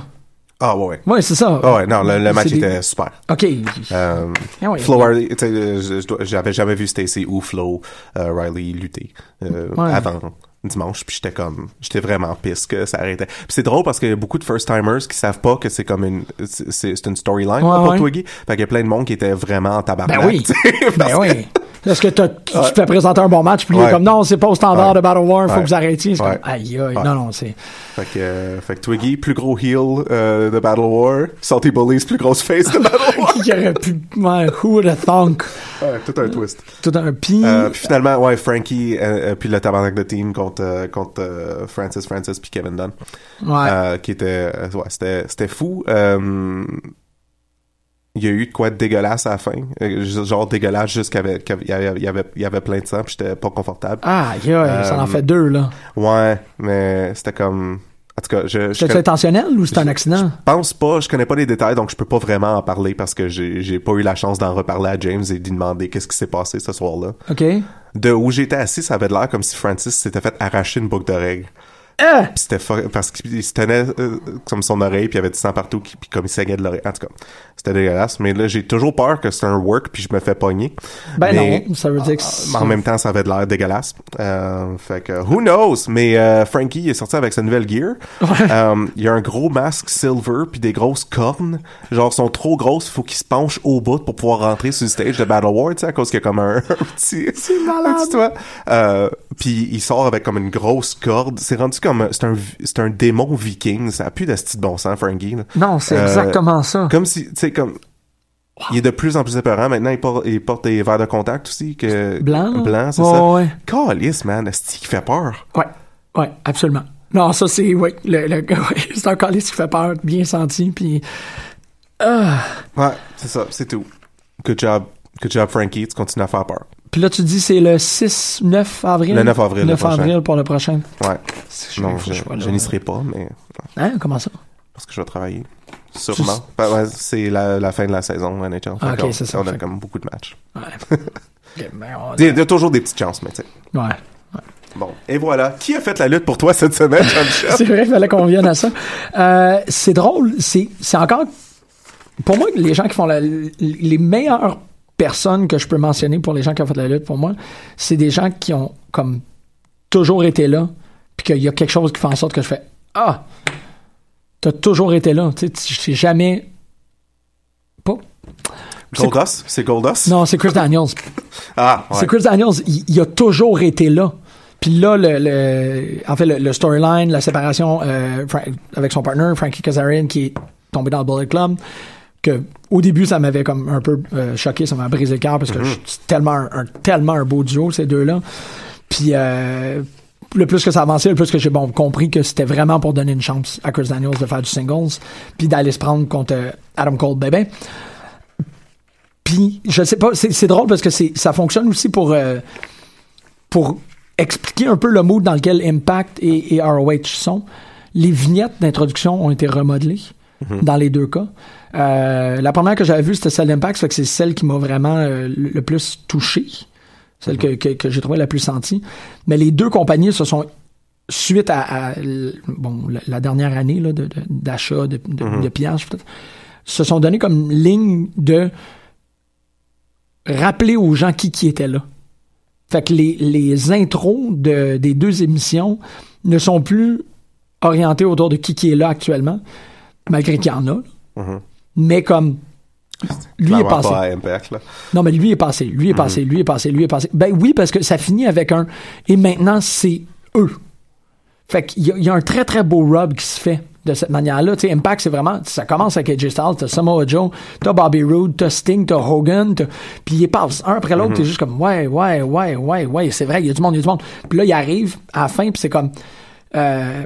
K: Ah ouais, ouais.
J: Ouais, c'est ça.
K: Ah ouais, non, le, le
J: C'est
K: match
J: des-
K: était super.
J: OK.
K: Euh,
J: Ah ouais.
K: Flo Riley, tu sais, euh, je- je dois- j'avais jamais vu Stacy ou Flo euh, Riley lutter euh,
J: Ouais.
K: avant dimanche, puis j'étais comme, j'étais vraiment pisse que ça arrêtait. Puis c'est drôle parce qu'il y a beaucoup de first-timers qui savent pas que c'est comme une, c'est c'est une storyline là,
J: Ouais,
K: pour
J: ouais.
K: Twiggy. Fait qu'il y a plein de monde qui était vraiment en tabarnak.
J: Ben oui.
K: tu sais, parce
J: ben
K: que-
J: oui. Est-ce que t'as- tu te fais présenter un bon match, puis il est
K: Ouais.
J: comme non, c'est pas au standard
K: Ouais.
J: de Battle War, faut
K: Ouais.
J: que vous arrêtiez. C'est
K: Ouais.
J: comme aïe, aïe.
K: Ouais.
J: Non, non, c'est.
K: Fait que, euh, fait que Twiggy, plus gros heel euh, de Battle War. Salty Bullies, plus grosse face de Battle War.
J: Qui aurait pu. Ouais, who would have thunk?
K: Ouais, tout un twist.
J: Tout un pis.
K: Euh, puis finalement, ouais, Frankie, euh, euh, puis le tabarnak de team contre, euh, contre euh, Francis Francis puis Kevin Dunn.
J: Ouais.
K: Euh, qui était, euh, ouais, c'était, c'était fou. Euh, il y a eu de quoi de dégueulasse à la fin. Euh, Genre dégueulasse jusqu'à qu'il y avait, il y avait, il y avait plein de sang, puis j'étais pas confortable.
J: Aïe, aïe, ça
K: Euh,
J: en fait deux, là.
K: Ouais, mais c'était comme... En tout cas, je... je
J: C'était
K: connais-
J: intentionnel ou c'est un accident?
K: pense pas, je connais pas les détails, donc je peux pas vraiment en parler parce que j'ai j'ai pas eu la chance d'en reparler à James et d'y demander qu'est-ce qui s'est passé ce soir-là.
J: OK.
K: De où j'étais assis, ça avait l'air comme si Francis s'était fait arracher une boucle d'oreille.
J: Ah!
K: Puis c'était fo- parce qu'il se tenait euh, comme son oreille, puis il y avait du sang partout, qui- puis comme il saignait de l'oreille. En tout cas, c'était dégueulasse. Mais là, j'ai toujours peur que c'est un work, puis je me fais pogner.
J: Ben
K: Mais-
J: non, ça veut dire que.
K: Ah, mais en même temps, ça avait de l'air dégueulasse. Euh, fait que, who knows? Mais euh, Frankie est sorti avec sa nouvelle gear. Euh, il y a un gros masque silver puis des grosses cornes. Genre, sont trop grosses, faut qu'ils se penchent au bout pour pouvoir rentrer sur le stage de Battle War, tu sais, à cause qu'il y a comme un, un petit... C'est
J: malade.
K: puis il sort avec comme une grosse corde. C'est rendu comme... C'est un, c'est un démon viking. Ça a plus d'asti de bon sens, Frankie. là.
J: Non, c'est
K: Euh,
J: exactement ça.
K: Comme si, tu sais, comme... Il est de plus en plus épeurant. Maintenant, il porte, il porte des verres de contact aussi. Que,
J: Blanc, là?
K: Blanc, c'est
J: Ouais,
K: ça.
J: ouais.
K: Calisse, man. Asti qui fait peur.
J: Ouais, ouais, absolument. Non, ça c'est oui, le, le- ouais, c'est un calice qui fait peur, bien senti, puis ah.
K: Ouais, c'est ça. C'est tout. Good job. Good job, Frankie. Tu continues à faire peur.
J: puis là tu dis c'est le 6 9 avril.
K: Le 9 avril, le
J: 9
K: prochain.
J: avril pour le prochain.
K: Ouais.
J: Je-
K: non,
J: faut que
K: je,
J: je sois là.
K: je n'y serai pas, mais...
J: Hein, comment ça
K: Parce que je vais travailler. Sûrement. Ben, ouais, c'est la, la fin de la saison, NHL.
J: Ah,
K: Fait
J: ok,
K: qu'on-
J: c'est ça.
K: On a
J: Fait-
K: comme beaucoup de matchs.
J: Ouais. Ok, ben, on-
K: Il y a- il y a toujours des petites chances, mais tu sais.
J: ouais.
K: Bon, et voilà. Qui a fait la lutte pour toi cette semaine, Jean-Michel?
J: C'est vrai qu'il fallait qu'on vienne à ça. Euh, c'est drôle, c'est c'est encore pour moi les gens qui font la, les meilleures personnes que je peux mentionner pour les gens qui ont fait la lutte pour moi, c'est des gens qui ont comme toujours été là, puis qu'il y a quelque chose qui fait en sorte que je fais ah, t'as toujours été là, tu sais, tu- je t'ai jamais pas. C'est-
K: Goldos? C'est Goldos?
J: Non, c'est Chris Daniels.
K: Ah, ouais.
J: C'est Chris Daniels, il, il a toujours été là. Puis là, le, le- en fait, le, le storyline, la séparation euh, Fra- avec son partner, Frankie Kazarian, qui est tombé dans le Bullet Club, que au début, ça m'avait comme un peu euh, choqué, ça m'a brisé le cœur parce que je- c'est tellement un, un- tellement un beau duo, ces deux-là. Puis euh, le plus que ça avançait, le plus que j'ai bon, compris que c'était vraiment pour donner une chance à Chris Daniels de faire du singles, puis d'aller se prendre contre euh, Adam Cole bébé. Puis, je sais pas, c'est c'est drôle parce que c'est ça fonctionne aussi pour, euh, pour expliquer un peu le mood dans lequel Impact et, et ROH sont. Les vignettes d'introduction ont été remodelées dans les deux cas. Euh, la première que j'avais vue, c'était celle d'Impact, ça fait que c'est celle qui m'a vraiment euh, le le plus touché, celle que, que- que j'ai trouvée la plus sentie. Mais les deux compagnies se sont suite
K: Mhm.
J: à, à l- bon, la- la dernière année là, de- de- d'achat, de, de, de pillage, peut-être, se sont donné comme ligne de rappeler aux gens qui, qui étaient là. Fait que les, les intros de, des deux émissions ne sont plus orientées autour de qui, qui est là actuellement, malgré qu'il y en a. là.
K: Mhm.
J: Mais comme lui est
K: Clairement
J: passé.
K: pas à Impact, là.
J: Non, mais lui est passé, lui est passé, lui est passé, lui est passé. Ben oui, parce que ça finit avec un. Et maintenant, c'est eux. Fait qu'il y, a- il y a un très, très beau rub qui se fait de cette manière-là. Tu sais, Impact, c'est vraiment. Ça commence avec AJ Styles, t'as Samoa Joe, t'as Bobby Roode, t'as Sting, t'as Hogan, t'as- puis ils passent un après l'autre, t'es juste comme ouais, ouais, ouais, ouais, ouais, c'est vrai, il y a du monde, il y a du monde. Puis là, ils arrivent à la fin, puis c'est comme. euh,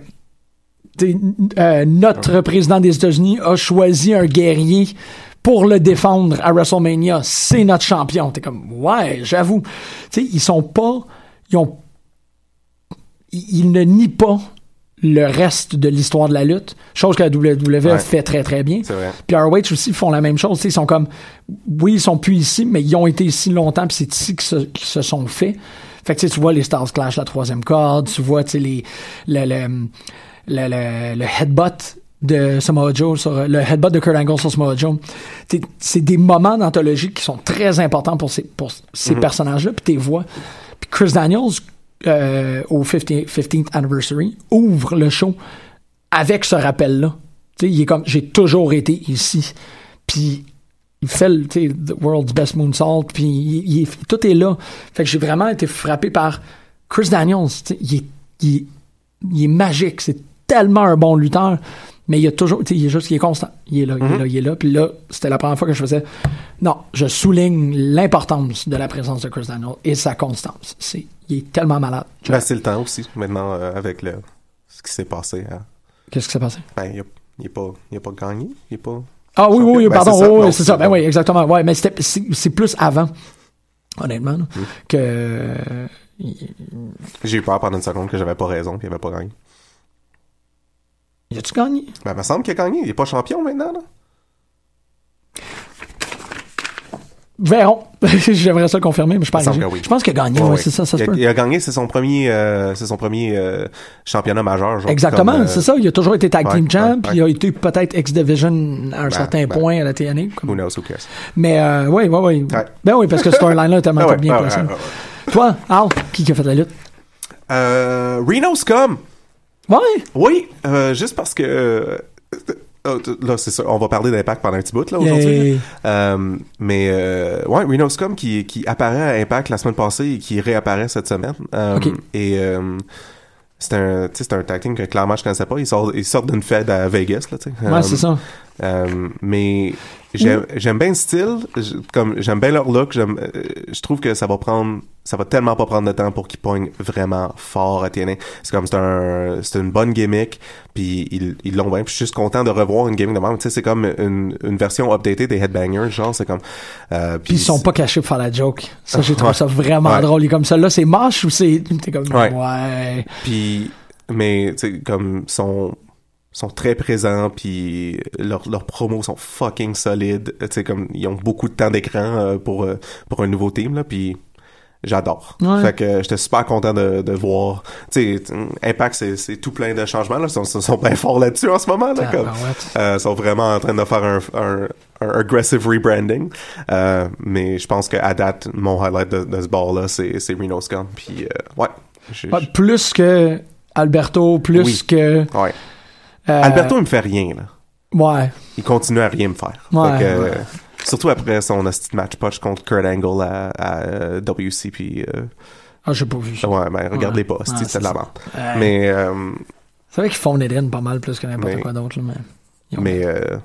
J: t'sais, euh, notre président des États-Unis a choisi un guerrier pour le défendre à WrestleMania. C'est notre champion. T'es comme, ouais, j'avoue. T'sais, ils sont pas. Ils ont. Ils ils ne nient pas le reste de l'histoire de la lutte. Chose que la WWE
K: Ouais.
J: fait très très bien.
K: C'est vrai.
J: Puis ROH aussi font la même chose. T'sais, ils sont comme, oui, ils sont plus ici, mais ils ont été ici longtemps, puis c'est ici qu'ils se, qu'ils se sont faits. Fait que tu sais, tu vois les Stars Clash, la troisième corde, tu vois tu sais, les, le, le, le, le- le headbutt de Samoa Joe, sur, le headbutt de Kurt Angle sur Samoa Joe. Tu sais, C'est des moments d'anthologie qui sont très importants pour ces, pour ces
K: Mm-hmm.
J: personnages-là, puis tes voix. Puis Chris Daniels, euh, au 50 15th anniversary, ouvre le show avec ce rappel-là. Tu sais, il est comme j'ai toujours été ici. Puis il fait le tu sais, the world's best moonsault. Puis il- il est- tout est là. Fait que j'ai vraiment été frappé par Chris Daniels. tu sais, il, est, il est- il est magique. C'est tellement un bon lutteur. Mais il a toujours, tu sais, il est juste, il est constant. Il est là, il est là, il est là. Puis là, c'était la première fois que je faisais. Non, je souligne l'importance de la présence de Chris Daniels et sa constance. C'est, il est tellement malade.
K: Ben, c'est le temps aussi, maintenant, euh, avec le, ce qui s'est passé. hein.
J: Qu'est-ce qui s'est passé?
K: Ben, il a- il n'est pas, il a pas gagné. Il est pas.
J: Ah oui, oui, oui,
K: Ben,
J: pardon,
K: c'est ça.
J: oui, oui,
K: Non,
J: c'est ça.
K: c'est
J: Ben
K: bon.
J: oui, exactement. Ouais, mais c'était- c'est c'est plus avant, honnêtement, là,
K: Mm.
J: que euh,
K: J'ai eu peur pendant une seconde que j'avais pas raison puis il avait pas gagné.
J: y a-tu gagné?
K: Ben, il me semble qu'il a gagné. Il est pas champion maintenant, là.
J: Verrons. J'aimerais ça le confirmer, mais je pense
K: Il me
J: que,
K: semble que oui.
J: Ben, je pense qu'il a gagné.
K: Ouais,
J: ouais,
K: ouais.
J: c'est ça, ça
K: il,
J: se
K: a,
J: peut.
K: il a gagné, c'est son premier, euh, c'est son premier euh, championnat majeur. genre,
J: Exactement,
K: comme, euh,
J: c'est ça. Il a toujours été tag
K: ouais,
J: team
K: ouais,
J: champ,
K: ouais.
J: puis il a été peut-être X Division à un certain
K: ben.
J: point à la TNA. comme-
K: Who knows, who cares.
J: Mais euh, oui, oui, oui. Ben oui, parce que ce storyline-là est tellement
K: Ah ouais,
J: bien
K: ah ouais,
J: placé.
K: ah ouais,
J: Toi, Al, qui qui a fait la lutte?
K: Euh, Reno's Come.
J: Ouais.
K: Oui, euh, juste parce que. euh, euh, Là, c'est ça. On va parler d'impact pendant un petit bout, là, aujourd'hui.
J: Yay.
K: Euh, mais, euh, ouais, Reno's Come qui, qui apparaît à Impact la semaine passée et qui réapparaît cette semaine. Euh,
J: Ok.
K: Et. euh, c'est un, tu sais, c'est un tag team que clairement je connaissais pas. Ils sortent, ils sortent d'une fête à Vegas, là, tu sais.
J: Ouais,
K: Euh,
J: c'est ça.
K: euh, mais j'aime j'aime bien le style, j- comme j'aime bien leur look, j'aime, euh, je trouve que ça va prendre, ça va tellement pas prendre de temps pour qu'ils pognent vraiment fort à TNA. C'est comme c'est un, c'est une bonne gimmick, puis ils ils l'ont bien. Puis je suis juste content de revoir une gimmick de même. Tu sais, c'est comme une, une version updatée des Headbangers, genre c'est comme. euh,
J: Puis ils sont pas cachés pour faire la joke. Ça, j'ai trouvé
K: Ouais.
J: ça vraiment
K: Ouais.
J: drôle. Et comme ça, là, c'est moche ou c'est. T'es comme.
K: Ouais.
J: ouais.
K: Puis, mais, tu sais, comme, sont, sont très présents, puis leurs leurs promos sont fucking solides. Tu sais, comme, ils ont beaucoup de temps d'écran euh, pour, euh, pour un nouveau team, là, puis j'adore.
J: Ouais.
K: Fait que euh, j'étais super content de, de voir. Tu sais, t- Impact, c'est- c'est tout plein de changements, là. Ils sont, sont- sont bien forts là-dessus en ce moment, là. Comme,
J: Tabarouette.
K: euh, ils sont vraiment en train de faire un, un, un aggressive rebranding. Euh, mais je pense qu'à date, mon highlight de, de ce bord-là, c'est c'est Reno Scum. Puis, euh, ouais. J'ai-
J: Ouais, plus que Alberto, plus
K: Oui.
J: que.
K: Ouais.
J: euh,
K: Alberto, il me fait rien, là.
J: Ouais.
K: Il continue à rien me faire.
J: Ouais,
K: Fait que, euh,
J: ouais.
K: Surtout après son hostie de match punch contre Kurt Angle à, à, euh, WC, puis... euh,
J: Ah, j'ai pas vu. ça.
K: ouais, ben, regardez
J: Ouais.
K: pas, hostie,
J: Ouais,
K: c'est de la
J: ça.
K: vente.
J: Ouais.
K: Mais, euh,
J: C'est vrai qu'ils font Eden pas mal plus que n'importe
K: Mais-
J: quoi d'autre, là, mais.
K: mais euh,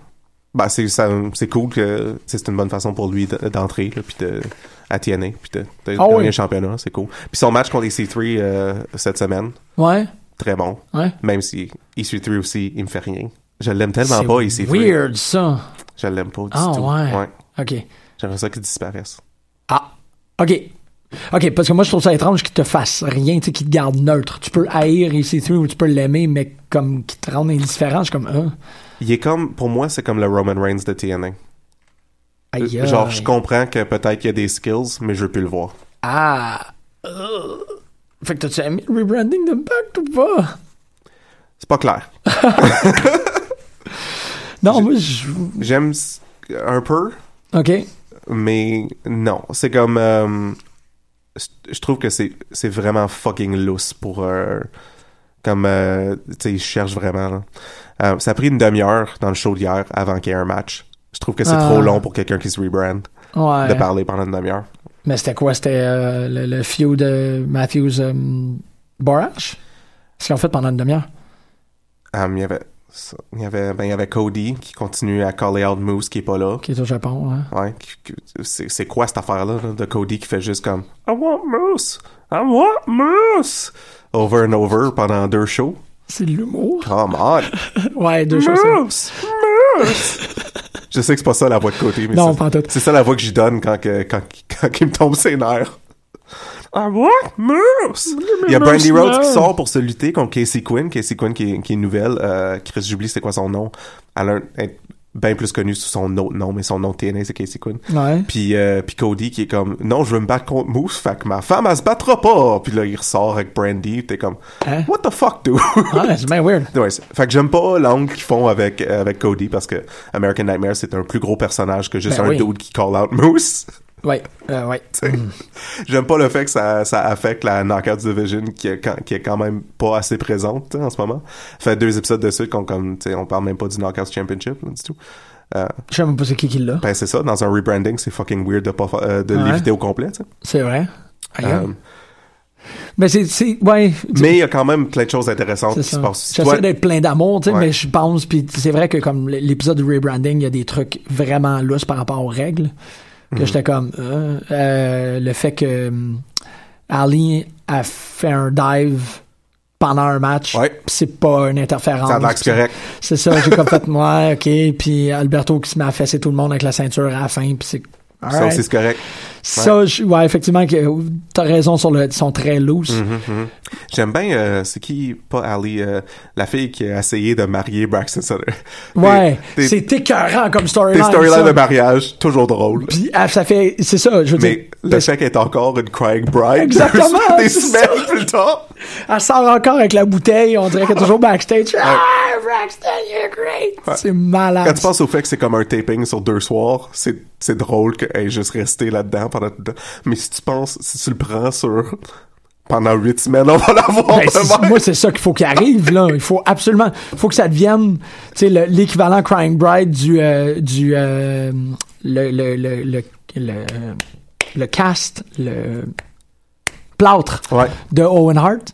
K: ben, c'est ça- c'est cool que tu sais, c'est une bonne façon pour lui d- d'entrer, là, puis de... à TNA, puis de, de gagner
J: Ah oui.
K: un championnat, c'est cool. Puis son match contre les C3 euh, cette semaine,
J: Ouais.
K: très bon.
J: Ouais.
K: Même si EC3 aussi, il me fait rien. Je l'aime tellement pas, EC3.
J: Weird, ça.
K: Je l'aime pas du
J: Ah,
K: tout.
J: ouais. OK.
K: J'aimerais ça qu'il disparaisse.
J: Ah. OK. OK, parce que moi, je trouve ça étrange qu'ils te fassent rien, tu sais, qu'ils te gardent neutre. Tu peux haïr ici, ou tu peux l'aimer, mais comme qu'ils te rendent indifférent, je suis comme. Ah.
K: Il est comme, pour moi, c'est comme le Roman Reigns de TNA.
J: Aïe, aïe.
K: Euh, Genre, je comprends que peut-être qu'il y a des skills, mais je veux plus le voir.
J: Ah. Euh. Fait que t'as-tu aimé le rebranding de Back ou pas?
K: C'est pas clair.
J: Non, moi,
K: j'aime s- un peu,
J: OK.
K: mais non. C'est comme. euh, je- je trouve que c'est c'est vraiment fucking lousse pour. euh, comme. euh, tu sais, ils cherchent vraiment. là. Euh, ça a pris une demi-heure dans le show d'hier avant qu'il y ait un match. Je trouve que c'est
J: Ah.
K: trop long pour quelqu'un qui se rebrand
J: Ouais.
K: de parler pendant une demi-heure.
J: Mais c'était quoi? C'était euh, le, le feud de Matthews euh, Borash? Ce qu'ils ont fait pendant une demi-heure.
K: Um, il y avait. ça- Il y, avait, ben, il y avait Cody qui continue à caller out Moose qui est pas là.
J: Qui est au Japon, hein. ouais.
K: Ouais, qui- qui- c'est c'est quoi cette affaire-là là, de Cody qui fait juste comme I want Moose! I want Moose! Over and over pendant deux shows. Oh,
J: C'est de l'humour. Ah!
K: Come on!
J: Ouais, deux choses.
K: Moose! Moose! Je sais que c'est pas ça la voix de Cody, mais
J: Non,
K: c'est-
J: pas en tout.
K: c'est ça la voix que j'y donne quand, que, quand, quand il me tombe ses nerfs. I want Moose! Il y a Brandy Rhodes qui sort pour se lutter contre Casey Quinn. Casey Quinn qui est, qui est nouvelle. Euh, Chris, j'oublie c'est quoi son nom. Elle a un- est bien plus connue sous son autre nom, mais son nom de TNA c'est Casey Quinn.
J: Ouais.
K: Puis, euh, puis Cody qui est comme non je veux me battre contre Moose, fait que ma femme elle se battra pas. Puis là il ressort avec Brandy, puis t'es comme
J: Hein?
K: what the fuck dude.
J: Ouais, Ah, c'est bien weird.
K: Ouais, c'est- fait que j'aime pas l'angle qu'ils font avec, euh, avec Cody parce que American Nightmare c'est un plus gros personnage que juste
J: Ben
K: un
J: oui.
K: dude qui call out Moose.
J: Ouais, euh, ouais.
K: T'sais, J'aime pas le fait que ça, ça affecte la Knockouts Division qui est, quand, qui est quand même pas assez présente t'sais, en ce moment. Fait deux épisodes de suite qu'on comme, t'sais, on parle même pas du Knockouts Championship là, du tout. Euh,
J: Je sais même pas c'est qui qui l'a.
K: ben c'est ça, dans un rebranding c'est fucking weird de pas fa- euh, de
J: Ouais.
K: l'éviter au complet. t'sais.
J: C'est vrai. Aïe,
K: Euh,
J: aïe. mais c'est, c'est, ouais.
K: mais il y a quand même plein de choses intéressantes
J: C'est
K: qui
J: ça.
K: se passent.
J: J'essaie
K: Toi-
J: d'être plein d'amour, tu sais,
K: Ouais.
J: mais je pense, puis c'est vrai que comme l- l'épisode du rebranding, il y a des trucs vraiment lousses par rapport aux règles. Que
K: Mhm.
J: j'étais comme, euh, euh, le fait que hum, Ali a fait un dive pendant un match,
K: Ouais.
J: pis c'est pas une interférence.
K: Ça a l'air que c'est correct.
J: C'est ça, j'ai comme fait, moi, ok, puis Alberto qui se met à fesser tout le monde avec la ceinture à la fin, puis c'est.
K: Ça
J: alright.
K: aussi c'est correct.
J: Ça, je- ouais, effectivement, que- t'as raison sur le. Ils sont très loose.
K: Mhm, mhm. J'aime bien, euh, c'est qui, pas Ali, euh, la fille qui a essayé de marier Braxton Sutter.
J: Ouais,
K: Tes- tes-
J: c'est écœurant comme
K: Tes
J: storyline. ça.
K: storylines de mariage, toujours drôle.
J: Puis ah, ça fait, c'est ça, je veux
K: Mais
J: dire.
K: le chèque est encore une crying bride.
J: Exactement,
K: Des
J: c'est
K: semaines plus tard.
J: Elle sort encore avec la bouteille, on dirait qu'elle est toujours backstage. Ah, Braxton, you're great! C'est malade.
K: Quand tu penses au fait que c'est comme un taping sur deux soirs, c'est, c'est drôle qu'elle ait juste resté là-dedans pendant tout le temps. Mais si tu penses, si tu le prends sur pendant huit semaines, on va l'avoir.
J: Ben, c'est-
K: demain.
J: moi, c'est ça qu'il faut qu'il arrive, là. Il faut absolument. Il faut que ça devienne tu sais, le- l'équivalent Crying Bride du. euh, du euh, le, le, le, le, le, le cast, le plâtre
K: Ouais.
J: de Owen Hart.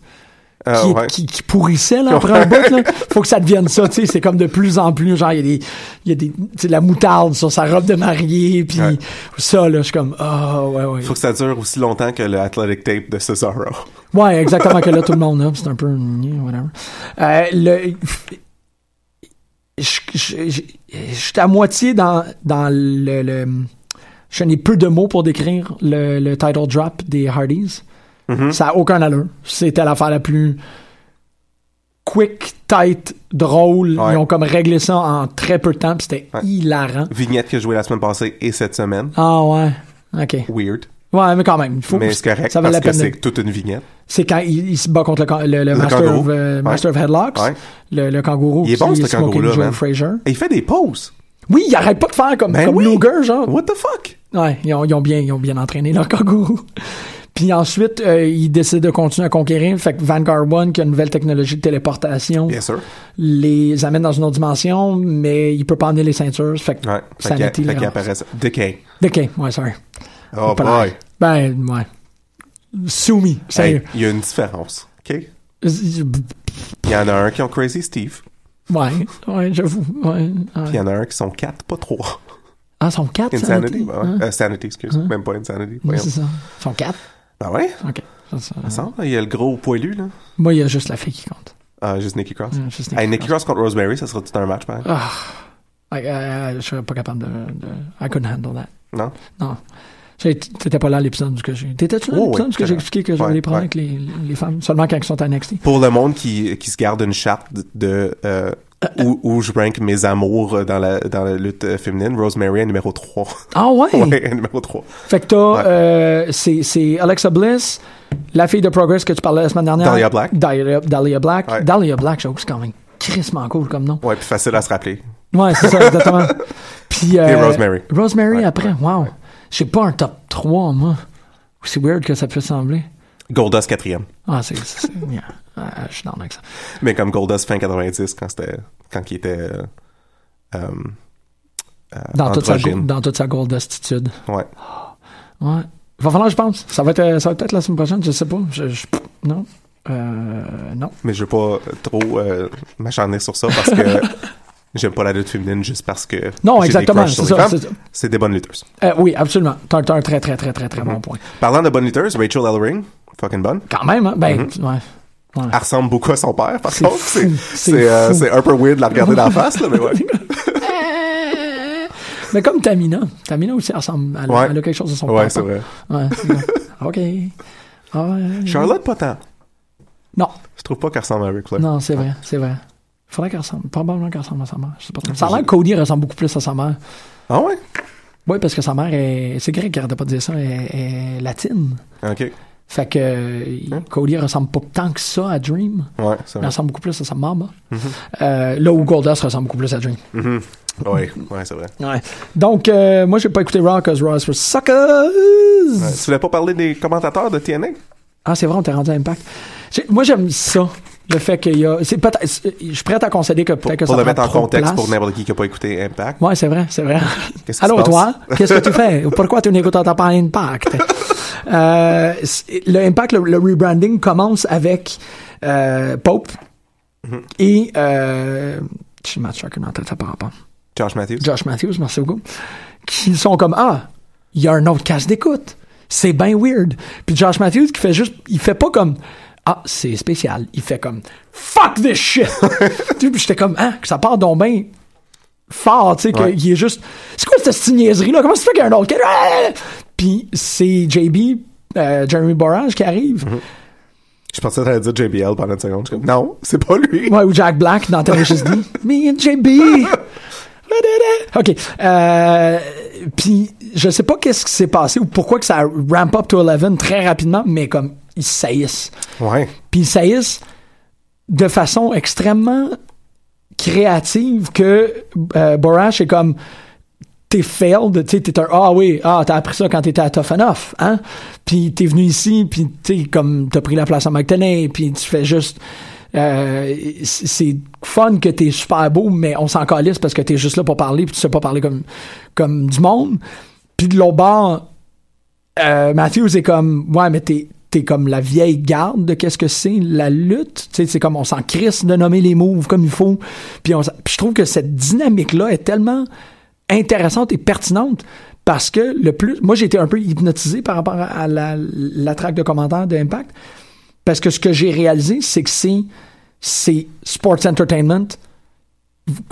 K: Euh,
J: qui,
K: ouais.
J: qui, qui pourrissait là, après un bout. Là. Faut que ça devienne ça, tu sais. C'est comme de plus en plus, genre, il y a des, il y a des, tu sais, de la moutarde sur sa robe de mariée, puis
K: Ouais.
J: ça, là, je suis comme, ah, ouais, ouais.
K: Faut que ça dure aussi longtemps que le athletic tape de Cesaro.
J: Ouais, exactement, que là, tout le monde, là, c'est un peu, yeah, whatever. Euh, le, je, je, je, je suis à moitié dans, dans le, le- je n'ai peu de mots pour décrire le, le title drop des Hardys.
K: Mm-hmm.
J: Ça a aucun allure. C'était l'affaire la plus quick, tight, drôle.
K: Ouais.
J: Ils ont comme réglé ça en très peu de temps, puis c'était
K: Ouais.
J: hilarant.
K: Vignette que j'ai joué la semaine passée et cette semaine.
J: Ah ouais, ok.
K: Weird.
J: Ouais, mais quand même, il faut
K: mais
J: que-
K: c'est correct
J: ça vaut
K: parce
J: la
K: que
J: peine de-
K: c'est toute une vignette.
J: C'est quand il, il se bat contre le, can- le- le Master,
K: kangourou.
J: of, euh,
K: Ouais.
J: Master of Headlocks,
K: Ouais.
J: le, le kangourou.
K: Il est bon,
J: qui
K: ce
J: smoking
K: kangourou-là,
J: Joe
K: man.
J: Frazier.
K: Et il fait des pauses.
J: Oui, il arrête pas de faire comme,
K: Ben
J: comme
K: oui.
J: Luger, genre.
K: What the fuck?
J: Ouais, ils ont, ils ont bien, ils ont bien entraîné leur kangourou. Puis ensuite, euh, ils décident de continuer à conquérir. Fait que Vanguard One, qui a une nouvelle technologie de téléportation,
K: Bien sûr.
J: les amène dans une autre dimension, mais il peut pas emmener les ceintures. Fait que
K: Ouais.
J: ça
K: Fait
J: n'est
K: qu'il fait qu'il
J: hilarant.
K: apparaît. Decay.
J: Ok, ouais, sorry.
K: Oh
J: Pas là.
K: boy.
J: Ben, ouais. Soumis,
K: Hey,
J: sérieux.
K: il y a une différence. OK?
J: Z-
K: Il y en a un qui ont Crazy Steve.
J: Ouais, ouais, j'avoue. Ouais, ouais.
K: Puis il y en a un qui sont quatre, pas trois.
J: Ah, ils sont quatre.
K: Insanity.
J: Sanity?
K: bah
J: Hein?
K: ouais. Euh, sanity, excuse. Même pas Insanity.
J: Oui,
K: voyons.
J: c'est ça. Ils sont quatre.
K: Ah ouais?
J: OK. Ça, ça-
K: Il semble, Il y a le gros poilu, là.
J: Moi, il y a juste la fille qui compte.
K: Ah, juste Nikki Cross.
J: Ouais, juste Mm. Nikki
K: Hey, Nikki Cross contre Rosemary, ça sera tout un match, ben. pareil.
J: Ah, I- I- I- je serais pas capable de, de- I couldn't handle that.
K: Non?
J: Non. J'ai- T'étais pas là à l'épisode du que j'ai. T'étais-tu là à
K: Oh,
J: l'épisode
K: oui,
J: du que j'ai
K: j'étais là.
J: expliqué que j'avais
K: Ouais,
J: des problèmes
K: ouais.
J: avec les, les femmes, seulement quand ils sont à NXT?
K: Pour le monde qui, qui se garde une charte de euh, où, où je rank mes amours dans la, dans la lutte euh, féminine, Rosemary est numéro 3.
J: Ah ouais?
K: ouais, elle est numéro 3.
J: Fait que t'as,
K: Ouais.
J: euh, c'est, c'est Alexa Bliss, la fille de Progress que tu parlais la semaine dernière.
K: Dahlia Black.
J: Dahlia, Dahlia Black.
K: Ouais.
J: Dahlia Black, j'avoue, c'est quand même crissement cool comme nom.
K: Ouais, puis facile à se rappeler.
J: Ouais, c'est ça, exactement. Puis, euh,
K: Et Rosemary.
J: Rosemary après, wow. J'ai pas un top 3, moi. C'est weird que ça peut sembler.
K: Goldust quatrième.
J: Ah, c'est. c'est- yeah. Ah, je suis dans avec ça.
K: Mais comme Goldust fin 90, quand c'était, quand il était, euh, euh, euh,
J: Dans toute, sa,
K: androgyne.
J: go- dans toute sa goldastitude.
K: Ouais.
J: Ouais. Il va falloir, je pense. Ça va être, euh, ça va être peut-être la semaine prochaine, je sais pas. Je- je- non. Euh, non.
K: Mais je veux pas trop euh, m'acharner sur ça parce que j'aime pas la lutte féminine juste parce que.
J: Non,
K: j'ai des
J: exactement,
K: crushs sur
J: c'est
K: les
J: ça,
K: femmes.
J: c'est ça.
K: C'est des bonnes lutteuses.
J: Euh, oui, absolument. T'as un, t'as un très, très, très, très,
K: Mm-hmm.
J: très bon point.
K: Parlant de bonnes lutteuses, Rachel Ellering, fucking bonne.
J: Quand même, hein?
K: Mm-hmm.
J: Ben, ouais.
K: Elle ressemble beaucoup à son père, par
J: C'est
K: contre.
J: fou,
K: C'est,
J: c'est
K: c'est, euh,
J: fou.
K: c'est un peu weird de la regarder d'en face, là, mais ouais.
J: Mais comme Tamina. Tamina aussi elle ressemble. Elle, a-
K: Ouais.
J: elle a quelque chose de son
K: Ouais,
J: papa.
K: c'est vrai.
J: Ouais, c'est vrai. OK. Ah, Ouais.
K: Charlotte, pas tant.
J: Non.
K: Je trouve pas qu'elle ressemble à Ric Flair.
J: Non, c'est vrai, c'est vrai. Faudrait qu'elle ressemble. Probablement qu'elle ressemble à sa mère. Je sais pas trop. Ça a l'air que Cody ressemble beaucoup plus à sa mère.
K: Ah ouais?
J: Oui, parce que sa mère est. C'est grec, elle arrête pas de dire ça, elle elle est latine.
K: Ok.
J: Fait que euh, Cody ressemble pas tant que ça à Dream.
K: Hein? Ouais, Mm-hmm. c'est
J: Il
K: vrai.
J: ressemble beaucoup plus à sa maman. Euh, là où Goldust ressemble beaucoup plus à Dream.
K: Mhm. Ouais, ouais, c'est vrai.
J: Donc, euh, moi, j'ai pas écouté Raw, cause Raw is for suckers!
K: Ouais, Tu voulais pas parler des commentateurs de TNA?
J: Ah, c'est vrai, on t'est rendu à Impact. J'ai- Moi, j'aime ça. Le fait qu'il y a. c'est peut-être- c'est- Je suis prêt à concéder que peut-être que
K: Pour
J: ça
K: le mettre
J: prend
K: en
J: trop de
K: contexte
J: place.
K: pour n'importe qui qui a pas écouté Impact.
J: Ouais, c'est vrai, c'est vrai.
K: Qu'est-ce qui se
J: Alors
K: passe?
J: toi, qu'est-ce que tu fais? Pourquoi tu n'écoutes pas Impact? Euh, c'est- le Impact, le, le rebranding commence avec euh, Pope
K: Mm-hmm.
J: et euh, je suis Matt Striker, mais en tête, ça par rapport.
K: Josh Matthews.
J: Josh Matthews, merci beaucoup. Qui sont comme ah, il y a un autre casse d'écoute. C'est bien weird. Puis Josh Matthews qui fait juste, il fait pas comme ah, c'est spécial. Il fait comme fuck this shit. Tu sais, Puis j'étais comme ah, que ça part donc bien fort, tu sais,
K: Ouais.
J: qu'il est juste c'est quoi cette petite niaiserie là Comment ça fait qu'il y a un autre kid? Ah! Puis c'est JB, euh, Jeremy Borage qui arrive.
K: Mm-hmm. Je pensais que t'allais dire JBL pendant une seconde. Je suis comme, non, c'est pas lui.
J: Ouais, ou Jack Black dans Tenacious D. Me and JB. OK. Euh, Puis, je sais pas qu'est-ce qui s'est passé ou pourquoi que ça ramp up to 11 très rapidement, mais comme, ils saillissent.
K: Ouais.
J: Puis ils saillissent de façon extrêmement créative que euh, Borash est comme t'es failed, tu sais, t'es un ah oui, ah t'as appris ça quand t'étais à Tough Enough, hein? Puis t'es venu ici, puis tu sais, comme t'as pris la place à McTenney, puis tu fais juste euh, c'est c'est fun que t'es super beau, mais on s'en calisse parce que t'es juste là pour parler, puis tu sais pas parler comme comme du monde. Puis de l'autre bord, euh, Matthews est comme ouais mais t'es t'es comme la vieille garde de qu'est-ce que c'est la lutte tu sais c'est comme on s'en crisse de nommer les moves comme il faut puis on s'en- puis je trouve que cette dynamique là est tellement intéressante et pertinente parce que le plus moi j'ai été un peu hypnotisé par rapport à, à la, la track de commentaires de Impact parce que ce que j'ai réalisé c'est que c'est c'est sports entertainment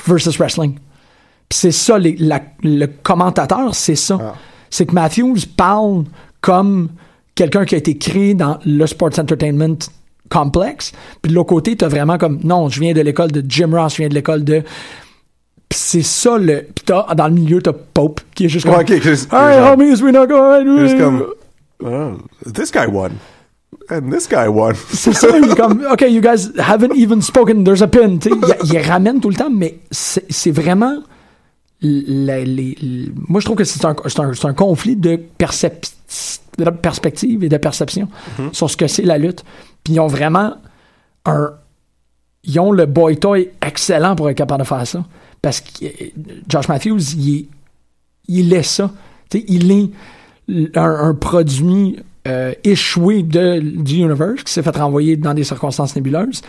J: versus wrestling puis c'est ça, les- la- le commentateur, c'est ça.
K: Ah.
J: C'est que Matthews parle comme quelqu'un qui a été créé dans le Sports Entertainment Complex. Puis de l'autre côté, t'as vraiment comme, non, je viens de l'école de Jim Ross, je viens de l'école de... Puis c'est ça, le... Puis t'as, dans le milieu, t'as Pope, qui est juste comme...
K: Ouais, ok, juste-
J: Hey,
K: genre-
J: homies, we're not going...
K: Juste comme, oh, this guy won. And this guy won.
J: C'est ça, il est comme, OK, you guys haven't even spoken, there's a pin. Tu sais, il, il ramène tout le temps, mais c'est c'est vraiment. la- les- les- moi, je trouve que c'est un, c'est un, c'est un conflit de, percep- de perspective et de perception sur ce que c'est la lutte. Puis ils ont vraiment un. Ils ont le boy toy excellent pour être capable de faire ça. Parce que euh, Josh Matthews, il est il est ça. Tu sais, il est l- un, un produit euh, échoué de, du universe qui s'est fait renvoyer dans des circonstances nébuleuses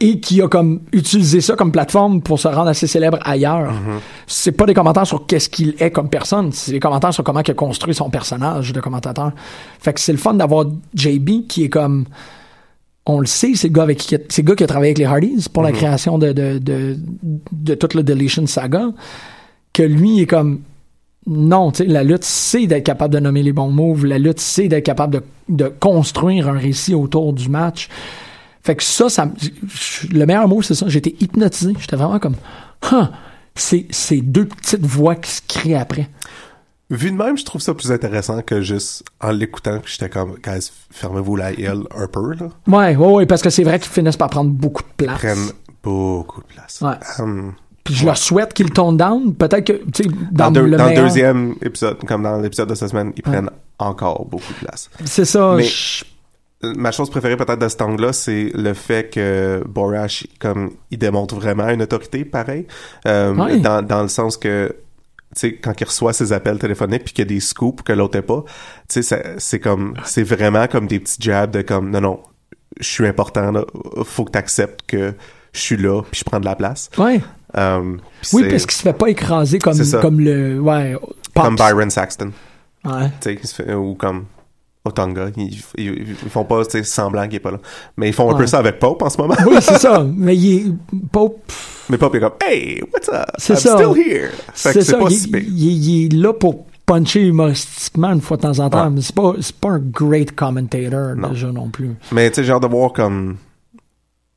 J: et qui a comme utilisé ça comme plateforme pour se rendre assez célèbre ailleurs. C'est pas des commentaires sur qu'est-ce qu'il est comme personne, c'est des commentaires sur comment il a construit son personnage de commentateur. Fait que c'est le fun d'avoir JB qui est comme on le sait, c'est le gars avec qui c'est le gars qui a travaillé avec les Hardys pour la création de de, de de toute la Deletion saga que lui est comme non, tu sais, la lutte, c'est d'être capable de nommer les bons moves. La lutte, c'est d'être capable de, de construire un récit autour du match. Fait que ça, ça j- j- le meilleur mot, c'est ça. J'étais hypnotisé. J'étais vraiment comme, Huh! c'est ces deux petites voix qui se créent après.
K: Vu de même, je trouve ça plus intéressant que juste en l'écoutant, puis j'étais comme, guys, fermez-vous la gueule un peu, là.
J: Ouais, ouais, ouais, parce que c'est vrai qu'ils finissent par prendre beaucoup de place.
K: Prennent beaucoup de place.
J: Ouais.
K: Hum,
J: Puis je leur souhaite qu'ils tombent down. Peut-être que, tu sais,
K: Dans,
J: dans,
K: deux-
J: le
K: dans le
J: meilleur-
K: deuxième épisode, comme dans l'épisode de cette semaine, ils prennent encore beaucoup de place.
J: C'est ça.
K: Mais
J: je-
K: euh, ma chose préférée peut-être de cet angle-là, c'est le fait que Borash, comme il démontre vraiment une autorité, pareil, Euh,
J: Ouais.
K: dans, dans le sens que tu sais, quand il reçoit ses appels téléphoniques puis qu'il y a des scoops que l'autre n'est pas, tu sais, ça- c'est comme, c'est vraiment comme des petits jabs de comme, non, non, je suis important, là, faut que t'acceptes que je suis là puis je prends de la place.
J: Ouais.
K: Euh, puis
J: Oui,
K: c'est-
J: parce qu'il se fait pas écraser comme,
K: C'est ça.
J: comme le. Ouais. Pops.
K: comme Byron Saxton.
J: Ouais.
K: Tu sais, qui se fait- ou comme Otonga. Ils, ils, ils font pas, tu sais, semblant qu'il est pas là. Mais ils font un
J: Ouais.
K: peu ça avec Pope en ce moment.
J: Oui, c'est ça. Mais il est. Pope.
K: Mais Pope est comme, hey, what's up?
J: C'est
K: I'm
J: ça.
K: still here. Fait que
J: C'est
K: c'est
J: ça.
K: pas
J: Il,
K: si pire.
J: il- il- il est là pour puncher humoristiquement une fois de temps en temps.
K: Ouais.
J: Mais c'est pas, c'est pas un great commentator, déjà non plus.
K: Mais tu sais, j'ai hâte de voir comme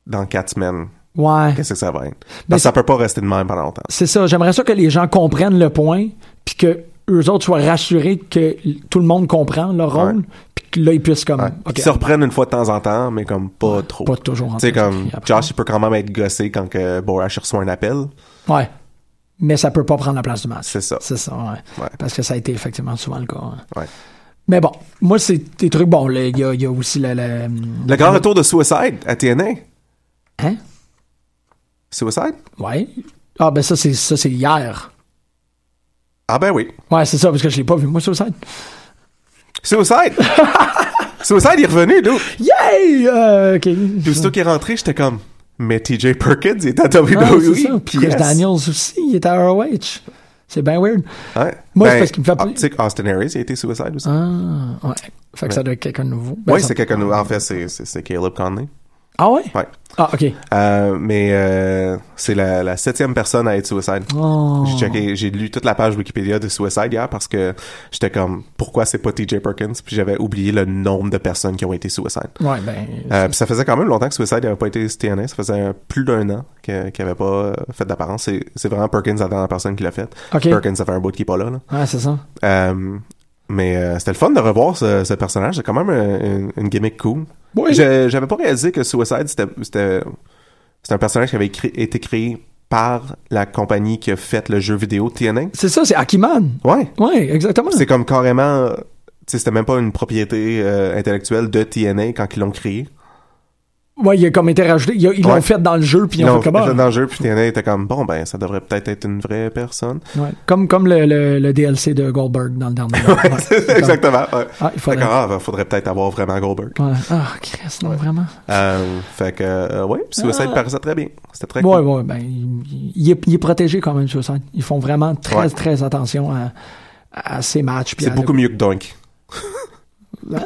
K: dans quatre semaines,
J: Ouais.
K: qu'est-ce que ça va être. Parce
J: Mais Mm.
K: que ça peut pas rester de même pendant longtemps.
J: C'est ça. J'aimerais ça que les gens comprennent le point, puis que eux autres soient rassurés que l- tout le monde comprend leur rôle, puis que là, ils puissent comme. OK,
K: Ils se reprennent une fois de temps en temps, mais comme pas trop.
J: Pas toujours en
K: Tu sais,
J: temps.
K: comme Josh, il peut quand même être gossé quand que Borash reçoit un appel.
J: Ouais. Mais ça peut pas prendre la place du masque.
K: C'est ça.
J: C'est ça, ouais.
K: Ouais.
J: Parce que ça a été effectivement souvent le cas. hein.
K: Ouais.
J: Mais bon, moi, c'est des trucs. Bon, là, il y, a- il y a aussi la. la-
K: Le grand retour de Suicide à TNA.
J: Hein?
K: Suicide?
J: Ouais. Ah, ben ça, c'est ça c'est hier.
K: Ah ben oui.
J: Ouais, c'est ça, parce que je l'ai pas vu, moi, sur le site.
K: Suicide! Suicide est revenu, là.
J: Yay! Euh, OK.
K: Puis aussitôt qu'il est rentré, j'étais comme, mais TJ Perkins, il est à WWE.
J: Ah, c'est ça. Puis
K: Puis
J: Chris
K: yes.
J: Daniels aussi, il est à ROH. C'est bien weird.
K: Ouais.
J: Moi, c'est
K: Ben,
J: parce qu'il me fait-
K: ah, Tu sais qu'Austin Harris, il a été Suicide aussi.
J: Ah, ouais. Fait que ça doit être quelqu'un de nouveau. Ben,
K: oui,
J: ça-
K: c'est quelqu'un de- En fait, c'est- c'est c'est Caleb Conley.
J: Ah ouais?
K: Ouais.
J: Ah, OK.
K: Euh, mais euh, c'est la, la septième personne à être Suicide.
J: Oh.
K: J'ai checké, j'ai lu toute la page Wikipédia de Suicide hier parce que j'étais comme, pourquoi c'est pas TJ Perkins? Puis j'avais oublié le nombre de personnes qui ont été Suicide.
J: Ouais, ben.
K: Euh, puis ça faisait quand même longtemps que Suicide n'avait pas été TNA. Ça faisait euh, plus d'un an que- qu'il n'avait pas euh, fait d'apparence. C'est c'est vraiment Perkins, la dernière personne qui l'a fait.
J: Ok.
K: Perkins, ça fait un bout qui n'est pas là. là.
J: Ouais, c'est ça.
K: Euh, mais euh, c'était le fun de revoir ce, ce personnage. C'est quand même euh, une, une gimmick cool.
J: Oui.
K: Je- J'avais pas réalisé que Suicide, c'était- c'était c'était un personnage qui avait écrit- été créé par la compagnie qui a fait le jeu vidéo TNA.
J: C'est ça, c'est Akiman.
K: Ouais.
J: Ouais, exactement.
K: C'est comme carrément... euh, tu sais, C'était même pas une propriété euh, intellectuelle de TNA quand ils l'ont créé.
J: Ouais, il a comme été rajouté. Il a- Ils l'ont
K: Ouais.
J: fait dans le jeu, puis ils
K: Non,
J: ont fait comme. ah.
K: j'étais dans le jeu, puis TNA était comme, bon, ben, ça devrait peut-être être une vraie personne.
J: ah, Ouais. Comme, comme le, le, le DLC de Goldberg dans le dernier. Ouais. C'est comme-
K: Exactement. ouais.
J: Ah, il faudrait.
K: D'accord, ah, ben, faudrait peut-être avoir vraiment Goldberg.
J: Ouais. Ah, Chris, non, vraiment.
K: Euh, fait que, euh, ouais, puis Suicide
J: Ah.
K: paraissait très bien. C'était très
J: Ouais,
K: cool.
J: ouais, ben, il, il est, il est protégé quand même, Suicide. Ils font vraiment très,
K: Ouais.
J: très attention à, à ces matchs. puis
K: C'est
J: à-
K: beaucoup mieux que Dunk.
J: Ah,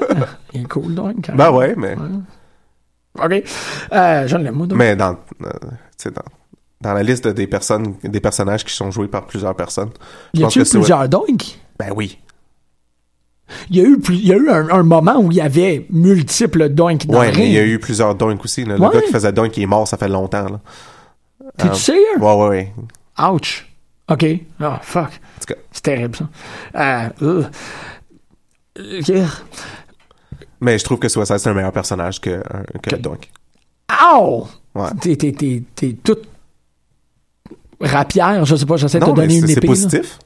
J: il est cool, donc.
K: Ben ouais, mais,
J: OK. Euh, je l'aime, moi, donc.
K: mais dans, euh, tu sais, dans, dans la liste des personnes, des personnages qui sont joués par plusieurs personnes. je
J: Y
K: pense
J: a-tu
K: que Sui-
J: plusieurs dunks?
K: Ben oui.
J: Il y a eu, plus- il y a eu un, un moment où il y avait multiples dunks dans
K: Ouais,
J: le
K: mais
J: ring.
K: il y a eu plusieurs Dunk aussi. là.
J: Ouais.
K: Le gars qui faisait Dunk, il est mort, ça fait longtemps. Là.
J: T'es-tu
K: Euh,
J: sérieux?
K: Ouais, ouais, ouais.
J: Ouch. OK. Oh, fuck.
K: En tout cas,
J: C'est terrible, ça. Euh, euh, yeah.
K: Mais je trouve que Suicide, c'est un meilleur personnage que, euh, que,
J: Que-
K: Dunk.
J: Ow!
K: Ouais.
J: T'es, t'es, t'es, t'es toute rapière, je sais pas, j'essaie de te
K: Non, mais
J: donner
K: c'est
J: une
K: c'est
J: épée. là.
K: positif.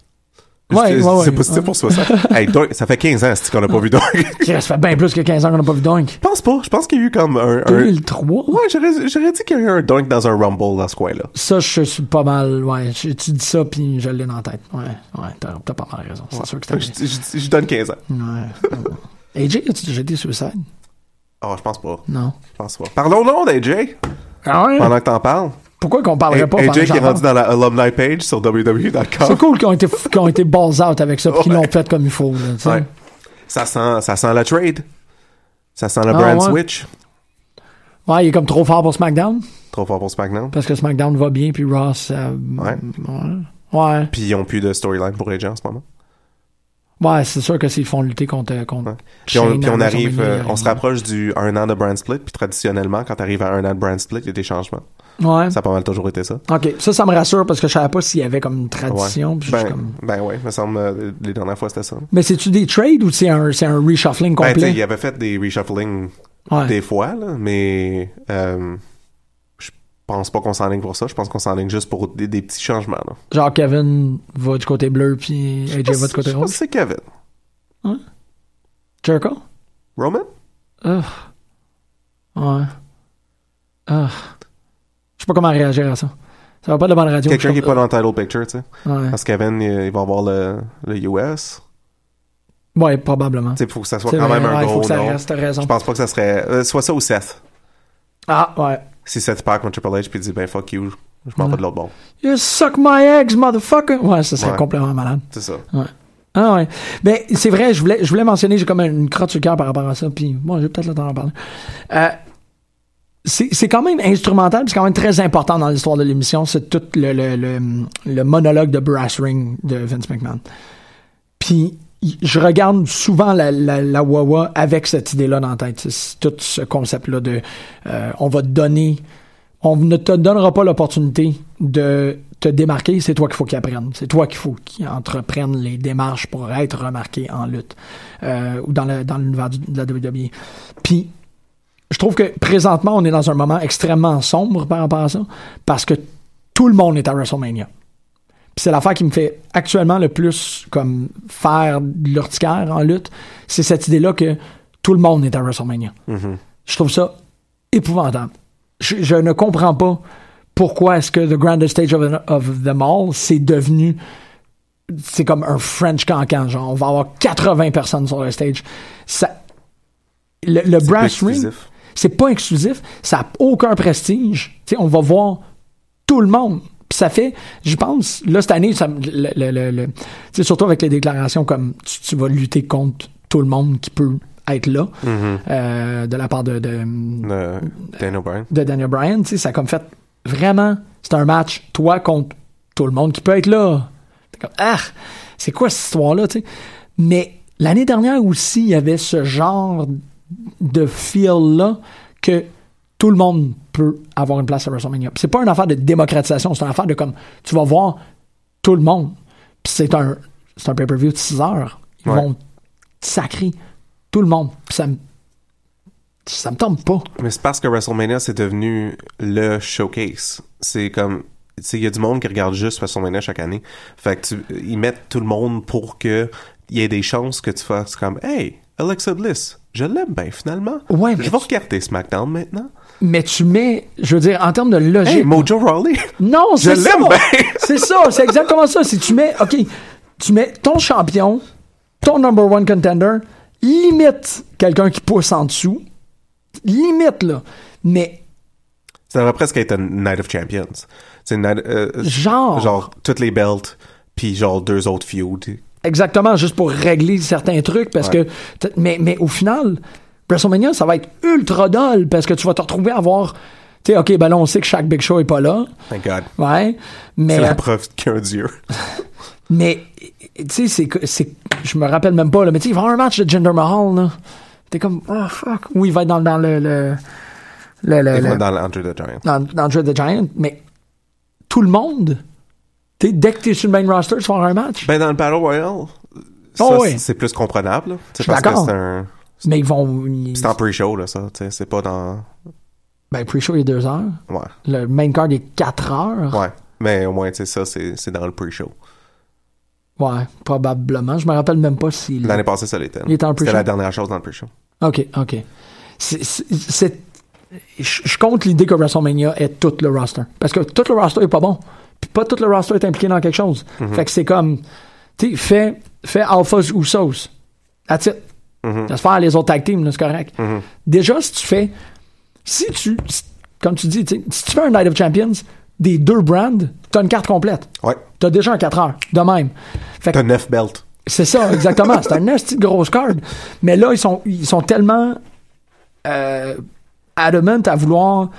J: Ouais,
K: C'est-
J: ouais, ouais.
K: c'est positif
J: Ouais.
K: pour soi, ça. Hey, Dunk, ça fait 15 ans c'est-tu, qu'on n'a pas vu Dunk. Je
J: Chris, Ça fait bien plus que 15 ans qu'on n'a pas vu Dunk.
K: pense pas. Je pense qu'il y a eu comme un. un-
J: 2003?
K: Ouais, j'aurais j'aurais dit qu'il y a eu un Dunk dans un Rumble dans ce coin-là.
J: Ça, je suis pas mal. Ouais, je- tu dis ça, puis je l'ai dans la tête. Ouais, ouais, t'as, t'as pas mal raison. C'est sûr que
K: Je,
J: t'as raison.
K: je- je donne 15 ans.
J: Ouais. AJ, as-tu déjà été suicide?
K: Oh, je pense pas.
J: Non.
K: Je pense pas. Parlons long d'AJ
J: Ah ouais?
K: pendant que t'en parles.
J: Pourquoi qu'on parlerait
K: A-
J: pas pendant
K: AJ
J: que
K: qui
J: j'en
K: est rendu
J: parle?
K: dans la alumni page sur E www.com.
J: C'est cool qu'ils ont été, qu'ils ont été balls out avec ça, puis qu'ils
K: Ouais.
J: l'ont fait comme il faut. Là, tu sais.
K: Ouais. Ça sent, ça sent la trade. Ça sent le
J: Ah,
K: brand
J: ouais.
K: switch.
J: Ouais, il est comme trop fort pour SmackDown,
K: Trop fort pour SmackDown.
J: parce que SmackDown va bien, puis Ross. euh,
K: Ouais.
J: ouais. Ouais.
K: Puis ils ont plus de storyline pour AJ en ce moment.
J: Ouais, c'est sûr que s'ils font lutter contre. contre
K: Ouais. Puis on,
J: Shane
K: puis on
J: à
K: arrive,
J: WrestleMania,
K: euh, on se rapproche du un an de brand split. Puis traditionnellement, quand t'arrives à un an de brand split, il y a des changements.
J: Ouais.
K: Ça a pas mal toujours été ça.
J: Ok, ça, ça me rassure parce que je savais pas s'il y avait comme une
K: Ouais.
J: tradition. puis je suis
K: ben,
J: comme-
K: ben ouais, me semble, euh, les dernières fois c'était ça.
J: Mais c'est-tu des trades ou c'est un, c'est un reshuffling
K: Ben, tu sais,
J: complet?
K: il avait fait des reshuffling
J: Ouais.
K: des fois, là, mais euh, je pense pas qu'on s'enligne pour ça. Je pense qu'on s'enligne juste pour des, des petits changements. là.
J: Genre Kevin va du côté bleu, puis
K: Je
J: AJ va
K: pense-
J: du côté
K: je pense
J: rouge.
K: que c'est Kevin.
J: Hein? Jericho?
K: Roman?
J: Ugh. Ouais. Ugh. Je sais pas comment réagir à ça. Ça va pas de la bonne radio.
K: Quelqu'un
J: je
K: qui est
J: comprends-
K: pas dans Title Picture, tu sais.
J: euh, Ouais.
K: Parce que Kevin, il, il va avoir le, le US.
J: Ouais, probablement.
K: Tu sais, faut que ça soit
J: C'est
K: quand
J: vrai,
K: même un
J: ouais, faut
K: gros
J: que ça
K: nom.
J: reste, t'as raison.
K: Je pense pas que ça serait... euh, soit ça ou Seth.
J: Ah, ouais.
K: Si Seth perd contre Triple H, puis il dit « Ben, fuck you, je m'en vais de l'autre bord.
J: You suck my eggs, motherfucker! Ouais, ça serait
K: Ouais.
J: complètement malade. »
K: C'est ça.
J: Ouais. Ah ouais. Ben, c'est vrai, je voulais, je voulais mentionner, j'ai comme une crotte sur le cœur par rapport à ça, puis bon, j'ai peut-être le temps d'en parler. Euh, c'est c'est quand même instrumental, puis c'est quand même très important dans l'histoire de l'émission, c'est tout le, le, le, le monologue de Brass Ring de Vince McMahon. Puis y- je regarde souvent la, la, la Wawa avec cette idée-là dans la tête, c'est- c'est tout ce concept-là de euh, on va te donner, on ne te donnera pas l'opportunité de te démarquer, c'est toi qu'il faut qu'il apprenne, c'est toi qu'il faut qu'il entreprenne les démarches pour être remarqué en lutte euh, ou dans le- dans l'univers du- de la WWE. Puis je trouve que présentement, on est dans un moment extrêmement sombre par rapport à ça, parce que tout le monde est à WrestleMania. Puis c'est l'affaire qui me fait actuellement le plus comme faire de l'urticaire en lutte, c'est cette idée-là que tout le monde est à WrestleMania.
K: Mm-hmm.
J: Je trouve ça épouvantable. Je, je ne comprends pas pourquoi est-ce que The Grandest Stage of, of Them All, c'est devenu c'est comme un French cancan, genre on va avoir 80 personnes sur le stage. Ça, le, le
K: C'est
J: brass
K: plus
J: ring,
K: exclusif.
J: c'est pas exclusif, ça n'a aucun prestige. Tu sais, on va voir tout le monde. Puis ça fait, je pense, là, cette année, ça, me- le, le- le- le- tu sais, surtout avec les déclarations comme tu, tu vas lutter contre tout le monde qui peut être là, euh, de la part de, de,
K: Le- Daniel Bryan.
J: de Daniel Bryan, tu sais, ça a comme fait vraiment, c'est un match, toi contre tout le monde qui peut être là. T'es comme, ah, c'est quoi cette histoire-là, tu sais? Mais l'année dernière aussi, il y avait ce genre de feel-là que tout le monde peut avoir une place à WrestleMania. Puis C'est pas une affaire de démocratisation, c'est une affaire de comme, tu vas voir tout le monde. Puis c'est un, c'est un pay-per-view de 6 heures. Ils
K: Ouais.
J: vont sacrer tout le monde. Puis ça me, ça me tombe pas.
K: Mais c'est parce que WrestleMania, c'est devenu le showcase. C'est comme... Tu sais, il y a du monde qui regarde juste WrestleMania chaque année. Fait que tu- ils mettent tout le monde pour que il y ait des chances que tu fasses comme « Hey, Alexa Bliss, je l'aime bien finalement.
J: Ouais, mais
K: je vais regarder SmackDown maintenant.
J: Mais tu mets, je veux dire, en termes de
K: Hey,
J: logique.
K: Mojo Rawley.
J: non,
K: je
J: c'est ça.
K: l'aime bien.
J: c'est ça, c'est exactement ça. Si tu mets, OK, tu mets ton champion, ton number one contender, limite quelqu'un qui pousse en dessous, limite, là. Mais
K: Ça devrait presque être un Night of Champions. C'est une night- euh, euh,
J: Genre.
K: Genre, toutes les belts, puis genre deux autres feuds.
J: exactement, juste pour régler certains trucs, parce
K: Ouais.
J: que. t- Mais, mais au final, WrestleMania, ça va être ultra dole, parce que tu vas te retrouver à avoir. Tu sais, OK, ben là, on sait que chaque Big Show est pas là.
K: Thank God.
J: Ouais. Mais.
K: C'est la preuve qu'un dieu.
J: Mais, tu sais, c'est, que- c'est, je me rappelle même pas, là, mais tu sais, il va y avoir un match de Jinder Mahal, là. T'es comme, oh fuck. Oui, il va être dans, dans le, le, le, le-
K: Il
J: le-
K: va dans l'Andre the Giant.
J: dans, dans Dread the Giant, mais tout le monde, tu sais, dès que t'es sur le main roster, tu vas avoir un match.
K: Ben, dans le Battle Royale, ça,
J: Oh, oui.
K: c'est- c'est plus comprenable. là.
J: Je
K: C'est
J: suis
K: parce que
J: d'accord.
K: c'est un.
J: mais ils vont, ils-
K: C'est en pre-show, là, ça. tu sais, C'est pas dans.
J: ben, pre-show, il est deux heures.
K: Ouais.
J: Le main card est quatre heures.
K: Ouais. Mais au moins, tu sais, ça, c'est c'est dans le pre-show.
J: Mm-hmm. Ouais, probablement. Je me rappelle même pas si.
K: L'année passée, ça l'était.
J: Il était en
K: C'était
J: pre-show.
K: la dernière chose dans le pre-show.
J: OK, OK. C'est- c'est- c'est- Je je compte l'idée que WrestleMania est tout le roster. Parce que tout le roster est pas bon. Puis pas tout le roster est impliqué dans quelque chose. Fait que c'est comme, tu sais, fais, fais Alphas ou Sauce. That's it. Ça se faire les autres tag teams, là, c'est correct. Déjà, si tu fais, si tu, si- comme tu dis, tu sais, si tu fais un Night of Champions des deux brands, t'as une carte complète.
K: Ouais.
J: T'as déjà un 4 heures, de même. Fait que
K: T'as neuf belts.
J: c'est ça, exactement. C'est un esti de grosse card. Mais là, ils sont, ils sont tellement euh, adamant à vouloir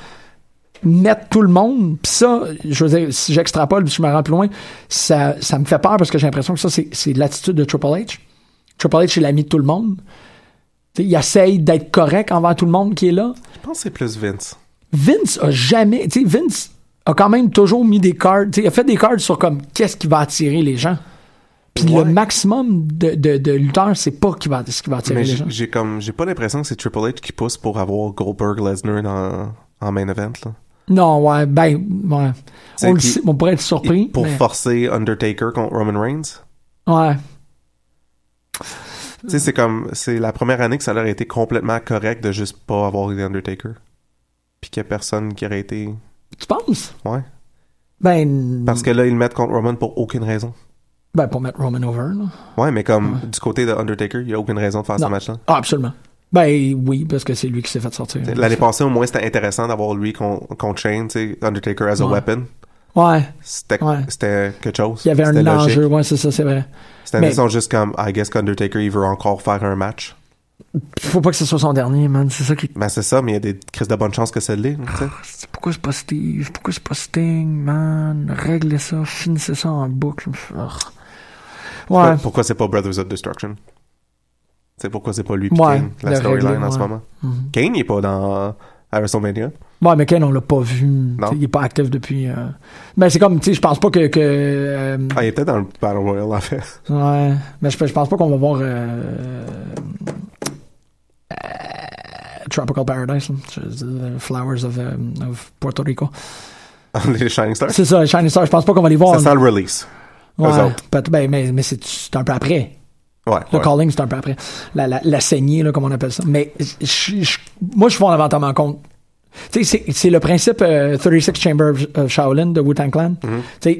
J: mettre tout le monde. Puis ça, je veux dire, si j'extrapole, puis je me rends plus loin, ça, ça me fait peur parce que j'ai l'impression que ça, c'est c'est l'attitude de Triple H. Triple H est l'ami de tout le monde. Tu sais, il essaye d'être correct envers tout le monde qui est là.
K: Je pense que c'est plus Vince.
J: Vince a jamais. Tu sais, Vince a quand même toujours mis des cards. Tu sais, il a fait des cards sur comme qu'est-ce qui va attirer les gens. Puis
K: Ouais.
J: le maximum de, de, de lutteurs, c'est pas qui va, ce qui va attirer
K: Mais
J: les
K: j'ai
J: gens.
K: j'ai comme. J'ai pas l'impression que c'est Triple H qui pousse pour avoir Goldberg Lesnar dans- en main event, là.
J: Non, ouais, ben, ouais.
K: C'est
J: On, le
K: qui-
J: sait, on pourrait être surpris.
K: Pour
J: mais-
K: forcer Undertaker contre Roman Reigns.
J: Ouais.
K: Tu sais, c'est comme, c'est la première année que ça leur a été complètement correct de juste pas avoir The Undertaker. Puis qu'il y a personne qui aurait été.
J: Tu penses?
K: Ouais.
J: Ben,
K: Parce que là, ils le mettent contre Roman pour aucune raison.
J: ben, pour mettre Roman over, là.
K: Ouais, mais comme du côté de Undertaker, il y a aucune raison de faire
J: Non.
K: ce match-là.
J: Ah, absolument. Ben oui, parce que c'est lui qui s'est fait sortir.
K: L'année passée, au moins, c'était intéressant d'avoir lui qu'on contre Shane, tu sais, Undertaker as a
J: Ouais.
K: weapon.
J: Ouais.
K: C'était
J: Ouais.
K: c'était quelque chose.
J: Il y avait un
K: C'était logique.
J: enjeu, ouais, c'est ça, c'est vrai.
K: Cette année,
J: Mais-
K: ils sont juste comme, I guess qu'Undertaker, il veut encore faire un match.
J: Faut pas que ce soit son dernier, man. C'est ça qui.
K: Ben, c'est ça, mais il y a des crises de bonne chance que ça l'est, tu sais.
J: Pourquoi c'est pas Steve? Pourquoi c'est pas Sting, man? Réglez ça, finissez ça en boucle. Ouais.
K: Pourquoi- Pourquoi c'est pas Brothers of Destruction? C'est pourquoi c'est pas lui pis
J: Ouais,
K: Kane, la
J: le
K: storyline
J: régler,
K: en ce
J: ouais.
K: moment.
J: Mhm.
K: Kane, il est pas dans à WrestleMania.
J: Ouais, mais Ken, on l'a pas vu. T'sais, Il est pas actif depuis. euh, Ben, c'est comme, tu sais, je pense pas que. que, euh,
K: Ah, il est peut-être dans le Battle Royale, en fait.
J: Ouais. Mais je je pense pas qu'on va voir. euh, euh, Tropical Paradise, là. Je veux dire, the Flowers of, euh, of Puerto Rico.
K: Les Shining Stars.
J: C'est ça, Shining Star, je pense pas qu'on va les voir.
K: Ça sent le release. eux
J: Ouais,
K: autres.
J: peut- ben, mais mais c'est c'est un peu après.
K: Ouais,
J: Le
K: ouais.
J: calling, c'est un peu après. La, la, la saignée, là, comme on appelle ça. Mais je- je- moi, je suis fondamentalement contre. Tu sais, c'est- c'est le principe euh, 36 Chamber of- of Shaolin de Wu-Tang Clan.
K: Mm-hmm.
J: Tu sais,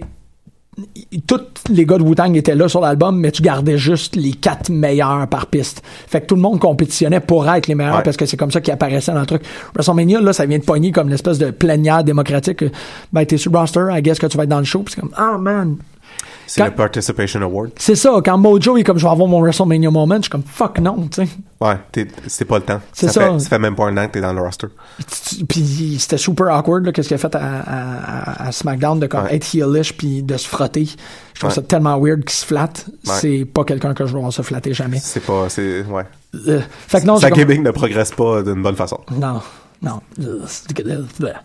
J: y- tous les gars de Wu-Tang étaient là sur l'album, mais tu gardais juste les quatre meilleurs par piste. Fait que tout le monde compétitionnait pour être les meilleurs
K: Ouais.
J: parce que c'est comme ça qu'ils apparaissaient dans le truc. WrestleMania, là, ça vient de pogner comme l'espèce de plaignard démocratique. euh, Ben, t'es sur le roster, I guess que tu vas être dans le show. Puis c'est comme, ah, man,
K: C'est
J: Quand-
K: le Participation Award.
J: c'est ça. Quand Mojo est comme, je vais avoir mon WrestleMania moment, je suis comme, fuck non, tu sais.
K: Ouais, t'es- c'est pas le temps.
J: C'est
K: ça.
J: ça.
K: Fait, ça fait même pas un an que t'es dans le roster.
J: Tu- puis c'était super awkward là, qu'est-ce qu'il a fait à, à- à- à SmackDown de comme
K: Ouais.
J: être heelish puis de se frotter je trouve
K: Ouais.
J: ça tellement weird qu'il se flatte
K: Ouais.
J: c'est pas quelqu'un que je veux voir se flatter jamais
K: C'est pas, c'est, ouais.
J: Euh, fait que non
K: Sa
J: c'est comme-
K: gimmick ne progresse pas d'une bonne façon.
J: non non Euh, c'est- euh, bleh.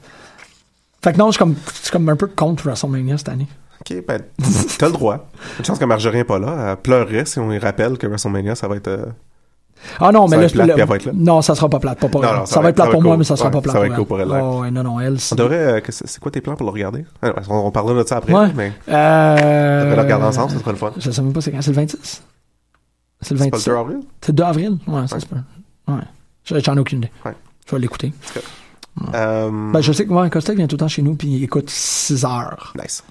J: fait que non je suis comme, je suis comme un peu contre WrestleMania cette année
K: Ok, ben, t'as le droit. Une chance que Marjorie n'est pas là. Elle pleurerait si on lui rappelle que WrestleMania, ça va être. euh,
J: ah non
K: Ça va
J: mais là,
K: être
J: je peux
K: plate,
J: le-
K: puis elle va être là.
J: non ça sera pas plate pas pour
K: Non,
J: elle.
K: non,
J: ça, va être plate
K: ça
J: pour
K: va
J: moi
K: être
J: mais ça
K: cool.
J: sera
K: Ouais,
J: pas plate
K: ça va
J: pour
K: être cool pour elle,
J: Ouais, ouais, non non elle
K: On
J: c'est-
K: devrait. euh, que- c'est c'est quoi tes plans pour le regarder Ah, ouais, On, on parlera de ça après,
J: Ouais.
K: mais on
J: Euh,
K: devrait le regarder ensemble, ça serait le fun.
J: je sais même pas c'est quand c'est le 26 c'est le
K: C'est pas
J: 26
K: le 2 avril
J: C'est 2 avril? Ouais, ça
K: Ouais.
J: se peut. Ouais. Je- J'en ai aucune idée.
K: Ouais.
J: Je vais l'écouter.
K: Euh,
J: Ben, je sais que ouais, Costec vient tout le temps chez nous, puis il écoute 6 heures.
K: Nice.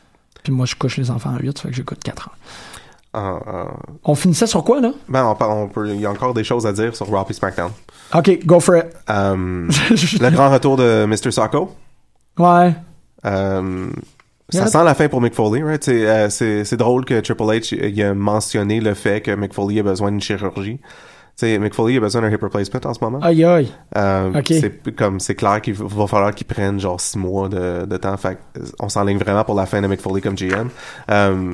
J: Puis moi, je couche les enfants à 8, ça fait que j'écoute 4 heures.
K: Euh, euh,
J: On finissait sur quoi, là?
K: ben, on, par- on peut, il y a encore des choses à dire sur Raw et SmackDown.
J: OK, go for it.
K: Euh, le grand retour de Mr. Socko.
J: Ouais.
K: Euh, ça
J: Yeah.
K: sent la fin pour Mick Foley, right? C'est, euh, c'est, c'est drôle que Triple H il a mentionné le fait que Mick Foley a besoin d'une chirurgie. Tu sais, Mick Foley a besoin d'un hip replacement en ce moment.
J: Aïe, aïe.
K: Euh,
J: Ah, Ok.
K: C'est comme c'est clair qu'il va- va falloir qu'ils prennent genre six mois de, de temps. Fait que, euh, on s'enligne vraiment pour la fin de McFoley comme GM. Euh,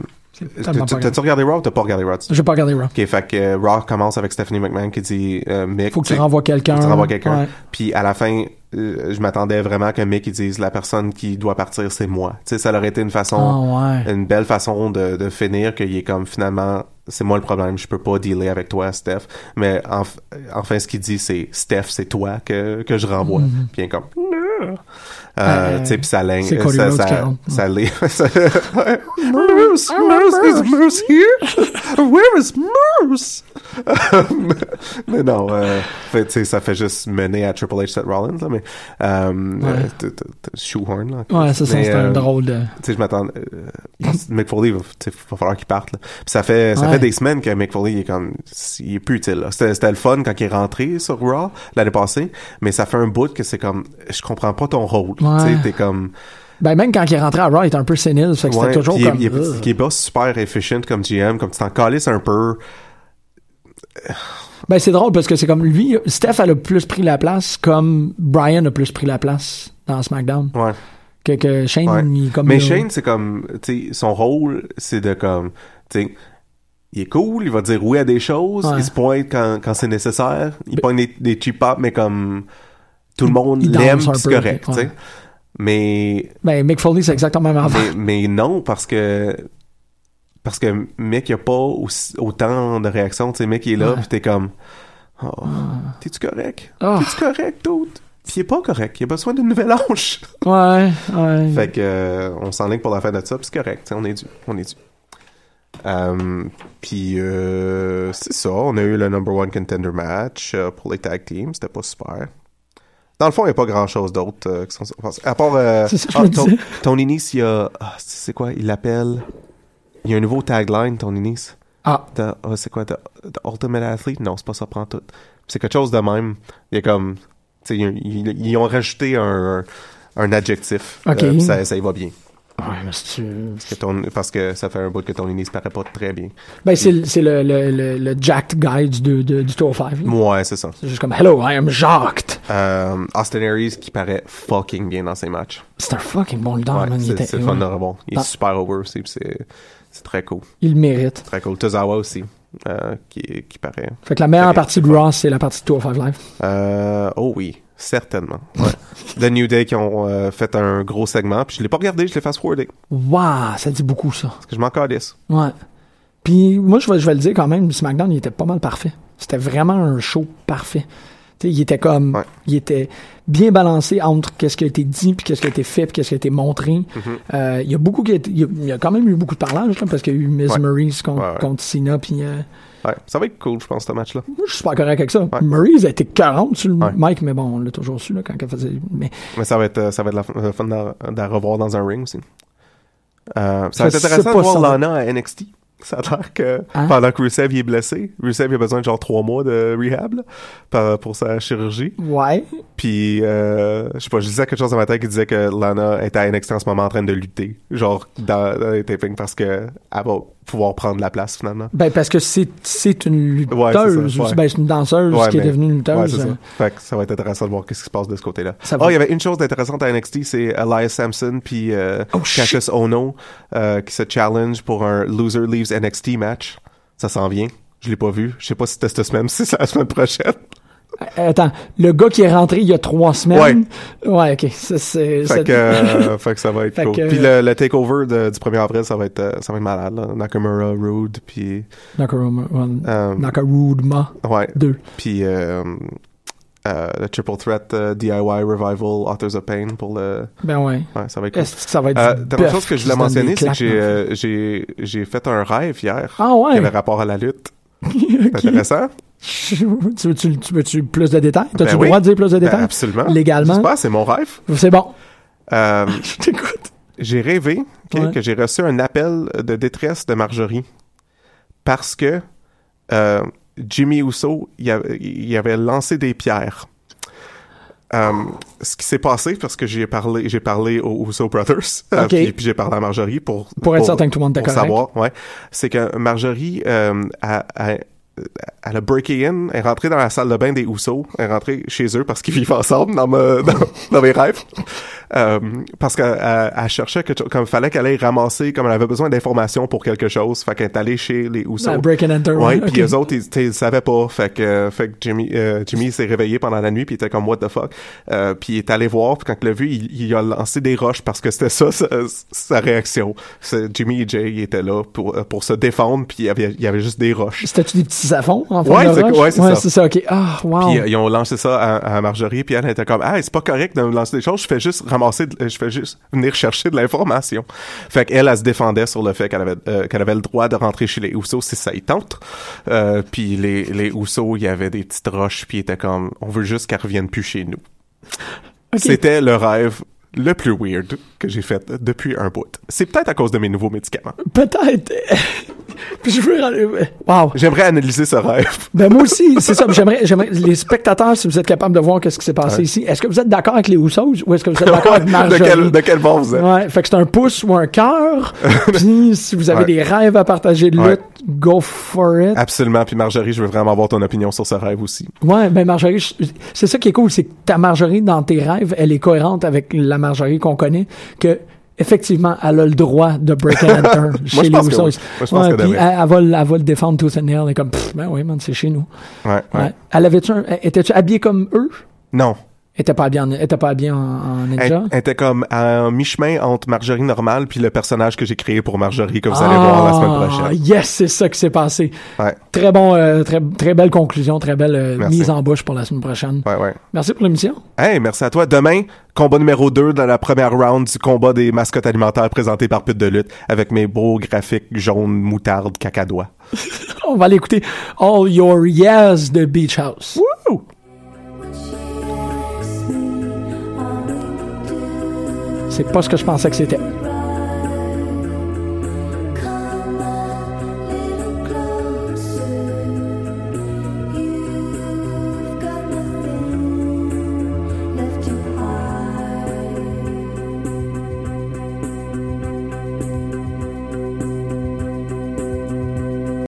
J: tellement
K: t'as-
J: pas
K: T'as-tu regardé Raw ou t'as pas regardé Raw?
J: J'ai pas regardé Raw.
K: Ok, fait que euh, Raw commence avec Stephanie McMahon qui dit euh, Mick.
J: Faut que tu
K: sais,
J: renvoies quelqu'un.
K: faut que tu renvoies quelqu'un.
J: Ouais.
K: Puis à la fin, euh, je m'attendais vraiment que Mick il dise la personne qui doit partir c'est moi. Tu sais, ça aurait été une façon
J: Ah, ouais.
K: une belle façon de, de finir qu'il est comme finalement c'est moi le problème, je peux pas dealer avec toi, Steph. Mais enf- enfin, ce qu'il dit, c'est Steph, c'est toi que, que je renvoie. Puis il est comme, non. Euh,
J: Euh,
K: tu sais, puis ça ligne.
J: Mm-hmm. c'est Cody
K: ça,
J: Rhodes
K: ça,
J: qui rentre.
K: ça ligne. Moose, Moose, is Moose here? Where is Moose? Um, mais non, euh, fait, tu sais, ça fait juste mener à Triple H, Seth Rollins, là, mais, euh, euh, t- t- t- Shoehorn, là.
J: Ouais, c'est ça,
K: Mais,
J: c'est un
K: euh,
J: drôle de.
K: tu sais, je m'attends. Euh, Mick Foley, va, tu sais, va falloir qu'il parte. Là. Puis ça fait, ça
J: Ouais.
K: fait des semaines que Mick Foley, il est comme, il est plus utile. là. C'était c'était le fun quand il est rentré sur Raw l'année passée, mais ça fait un bout que c'est comme, je comprends pas ton rôle.
J: Ouais.
K: Tu sais, t'es comme,
J: Ben, même quand il est rentré à Raw, il était un peu sénile, fait que
K: ouais,
J: c'était toujours
K: puis il est-
J: comme.
K: il, est,
J: Ugh.
K: il est pas super efficient comme GM, comme tu t'en calisses un peu.
J: Ben, c'est drôle parce que c'est comme lui, Steph, elle a plus pris la place comme Brian a plus pris la place dans SmackDown.
K: Ouais.
J: Que, que Shane,
K: Ouais.
J: il est comme.
K: Mais
J: il-
K: Shane, c'est comme, tu sais, son rôle, c'est de comme, tu sais, il est cool, il va dire oui à des choses,
J: Ouais.
K: il se pointe quand, quand c'est nécessaire, il pointe des, des cheap up, mais comme tout le monde
J: il danse
K: l'aime,
J: un
K: puis c'est
J: peu,
K: correct, tu
J: ouais. Ah,
K: sais. Mais,
J: Ben, Mick Foley, c'est exactement la même affaire.
K: mais, mais non, parce que, parce que mec, il n'y a pas aussi- autant de réactions, tu sais, mec, il est là,
J: Ouais.
K: puis t'es comme, oh, t'es-tu correct?
J: Ah.
K: T'es-tu correct, dude? Puis il est pas correct. Il a besoin d'une nouvelle hanche.
J: Ouais, ouais.
K: Fait que, euh, on s'enligne pour la fin de ça, puis c'est correct. t'sais, On est dû. On est dû. Euh, puis euh, c'est ça, on a eu le number one contender match euh, pour les tag teams, c'était pas super. Dans le fond, il n'y a pas grand chose d'autre euh, qui sont- à part euh,
J: C'est ça que je me
K: ton-
J: disais.
K: Tony Nice, il y a ah, c'est c'est quoi, il l'appelle il y a un nouveau tagline Tony Nice.
J: Ah.
K: The- ah, c'est quoi the, the Ultimate Athlete Non, c'est pas ça prend tout. C'est quelque chose de même. Il y a comme tu sais, ils, ils- ils ont rajouté un, un- un adjectif.
J: Ok.
K: euh, puis ça, ça y va bien.
J: Ouais, mais c'est-
K: Parce que, ton- parce que ça fait un bout que Tony Nese paraît pas très bien.
J: Ben, c'est le, c'est le, le, le, le jacked guy du, deux- de- du Tour 5.
K: Ouais, c'est ça.
J: C'est juste comme Hello, I am jacked.
K: Euh, Austin Aries qui paraît fucking bien dans ses matchs.
J: C'est un fucking bon leader,
K: Ouais,
J: Ah, man. Il,
K: c'est
J: était-
K: c'est le fun
J: ouais.
K: de revoir. Il est
J: Ah.
K: super over aussi, puis c'est c'est très cool.
J: Il le mérite.
K: Très cool. Tozawa aussi, euh, qui, qui paraît.
J: Fait que la meilleure
K: Ok.
J: partie de Raw, c'est la partie de Tour 5 Live.
K: Euh, oh oui, certainement. Ouais. The New Day qui ont euh, fait un gros segment, puis je l'ai pas regardé, je l'ai fast-forwardé.
J: Waouh, ça dit beaucoup, ça.
K: Parce que je m'en calisse.
J: Ouais. Puis moi, je vais, je vais le dire quand même, SmackDown, il était pas mal parfait. C'était vraiment un show parfait. Tu sais, il était comme, il était bien balancé entre qu'est-ce qui a été dit, puis qu'est-ce qui a été fait, puis qu'est-ce qui a été montré.
K: Mm-hmm.
J: Euh, il y a beaucoup qui a été- il y a, il y a quand même eu beaucoup de parlage, là, parce qu'il y a eu Miss
K: Ouais.
J: Maurice contre,
K: Ouais, ouais.
J: contre Cena, puis euh,
K: Ouais, ça va être cool, je pense, ce match-là.
J: moi, je suis pas correct avec ça. Maurice a été 40 sur le
K: Ouais.
J: mic, mais bon, on l'a toujours su, là, quand elle faisait, mais
K: Mais ça va être, euh, ça va être la f- euh, fun de, de la revoir dans un ring aussi. Euh, ça
J: Je
K: va être
J: sais
K: intéressant de
J: pas
K: voir
J: si on-
K: Lana à NXT. Ça a l'air que
J: Hein?
K: pendant que Rusev il est blessé, Rusev il a besoin de genre trois mois de rehab là, par- pour sa chirurgie.
J: ouais.
K: Puis, euh, je sais pas, je disais quelque chose ce matin qui disait que Lana était à NXT en ce moment en train de lutter, genre dans, dans les tapings, parce que elle va pouvoir prendre la place finalement.
J: Ben, parce que c'est, c'est une lutteuse,
K: Ouais, c'est ça,
J: aussi.
K: ouais.
J: Ben, c'est une danseuse
K: Ouais,
J: qui
K: mais-
J: est devenue une
K: ouais,
J: lutteuse.
K: c'est
J: euh,
K: ça. Fait que ça va être intéressant de voir qu'est-ce qui se passe de ce côté-là.
J: Ça
K: oh,
J: va.
K: il y avait une chose intéressante à NXT, c'est Elias Sampson puis euh,
J: Oh,
K: Cassius Ono euh, qui se challenge pour un Loser Leaves NXT match. Ça s'en vient. Je l'ai pas vu. Je sais pas si c'était cette semaine, si c'est la semaine prochaine.
J: Euh, Attends, le gars qui est rentré il y a trois semaines. Ouais. ok. Ça, c'est, ça-
K: Fait que, euh, fait que ça va être
J: Fait
K: cool.
J: que-
K: Puis le, le takeover de- du 1er avril, ça va être, euh, ça va être malade. là. Nakamura, Rude, puis...
J: Nakaruma, ouais,
K: euh,
J: Nakarudma.
K: ouais.
J: Deux.
K: Puis euh, euh, le Triple Threat euh, DIY Revival Authors of Pain pour le...
J: Ben ouais.
K: Ouais, ça va être cool.
J: Est-ce que ça va être
K: Euh,
J: du
K: dernière
J: bœuf
K: chose que
J: qui
K: je voulais
J: se donne des
K: mentionner, c'est que
J: claques,
K: j'ai,
J: non?
K: euh, j'ai, j'ai fait un rêve hier
J: Ah ouais?
K: qui avait rapport à la lutte.
J: Ok.
K: C'est intéressant.
J: Tu veux-tu, tu veux-tu plus de détails?
K: Ben
J: T'as-tu le
K: oui.
J: droit de dire plus de
K: Ben,
J: détails?
K: absolument.
J: Légalement?
K: J'espère, c'est mon rêve.
J: C'est bon.
K: Euh,
J: Je t'écoute.
K: j'ai rêvé ok,
J: Ouais.
K: que j'ai reçu un appel de détresse de Marjorie parce que euh, Jimmy Uso il avait, il avait lancé des pierres. Euh, ce qui s'est passé parce que j'ai parlé j'ai parlé aux Uso Brothers euh,
J: Ok.
K: puis, puis j'ai parlé à Marjorie pour
J: Pour être certain que tout le monde était
K: pour
J: correct.
K: savoir ouais c'est que Marjorie euh, a, a- elle a breaké in, elle est rentrée dans la salle de bain des Housseaux, elle est rentrée chez eux parce qu'ils vivent ensemble dans, me- dans, dans mes rêves. Euh, parce qu'elle elle- elle cherchait quelque chose, comme fallait qu'elle aille ramasser, comme elle avait besoin d'informations pour quelque chose, fait qu'elle est allée chez les Housseaux.
J: Ah, break and enter,
K: Ouais,
J: ouais,
K: puis
J: ok.
K: eux autres, ils, tu sais, ils savaient pas, fait que, euh, fait que Jimmy, euh, Jimmy s'est réveillé pendant la nuit puis il était comme what the fuck. Euh, puis il est allé voir, puis quand il l'a vu, il, il a lancé des roches parce que c'était ça, sa, sa réaction. C'est- Jimmy et Jay, ils étaient là pour, euh, pour se défendre, puis il y avait, il y avait juste des roches.
J: C'était-tu des petits affonds en
K: Ouais,
J: forme de
K: c'est-
J: roche?
K: ouais, c'est ça.
J: c'est ça. OK. Ah, wow.
K: Puis euh, ils ont lancé ça à, à Marjorie, puis elle était comme ah c'est pas correct de me lancer des choses, je fais juste ramasser, de- je fais juste venir chercher de l'information. Fait qu'elle, elle, se défendait sur le fait qu'elle avait euh, qu'elle avait le droit de rentrer chez les Housseaux si ça y tente. Euh, puis les les Housseaux, il y avait des petites roches, puis ils étaient comme on veut juste qu'elle revienne plus chez nous.
J: Ok.
K: C'était le rêve le plus weird que j'ai fait depuis un bout. C'est peut-être à cause de mes nouveaux médicaments.
J: Peut-être. je veux... Wow.
K: J'aimerais analyser ce rêve.
J: Ben moi aussi, c'est ça. J'aimerais, j'aimerais les spectateurs, si vous êtes capables de voir qu'est-ce qui s'est passé ici. Est-ce que vous êtes d'accord avec les Houssos ou est-ce que vous êtes d'accord avec
K: de
J: Marjorie?
K: quel de quel bord vous êtes?
J: Ouais, fait que c'est un pouce ou un cœur. Puis si vous avez
K: Ouais.
J: des rêves à partager de lutte,
K: Ouais. Ah.
J: go for it.
K: Absolument. Puis Marjorie, je veux vraiment avoir ton opinion sur ce rêve aussi.
J: Ouais, ben Marjorie, je- c'est ça qui est cool, c'est que ta Marjorie dans tes rêves, elle est cohérente avec la Marjorie qu'on connaît, que effectivement, elle a le droit de break and enter
K: Moi,
J: chez
K: je
J: les
K: pense que oui.
J: Houssos.
K: Moi, je pense
J: Ouais,
K: que
J: puis
K: devrait.
J: elle, elle va, le- elle va le défendre tout and nail. Elle est comme, pff, ben oui, man, c'est chez nous.
K: Ouais, ouais.
J: Ouais. Elle avait-tu un, était-tu habillée comme eux?
K: Non.
J: était pas bien, était pas bien en, en ninja.
K: Elle, elle était comme à mi-chemin entre Marjorie normale puis le personnage que j'ai créé pour Marjorie, que vous allez voir la semaine prochaine.
J: Ah, Yes, c'est ça qui s'est passé.
K: Ouais.
J: Très bon, euh, très, très belle conclusion, très belle euh,
K: Merci.
J: mise en bouche pour la semaine prochaine.
K: Ouais, ouais.
J: Merci pour l'émission.
K: Hey, merci à toi. Demain, combat numéro 2 dans la première round du combat des mascottes alimentaires présenté par Pute de Lutte avec mes beaux graphiques jaune, moutarde, cacadois.
J: On va aller écouter All Your Yes de Beach House. Woo! C'est pas ce que je pensais que c'était.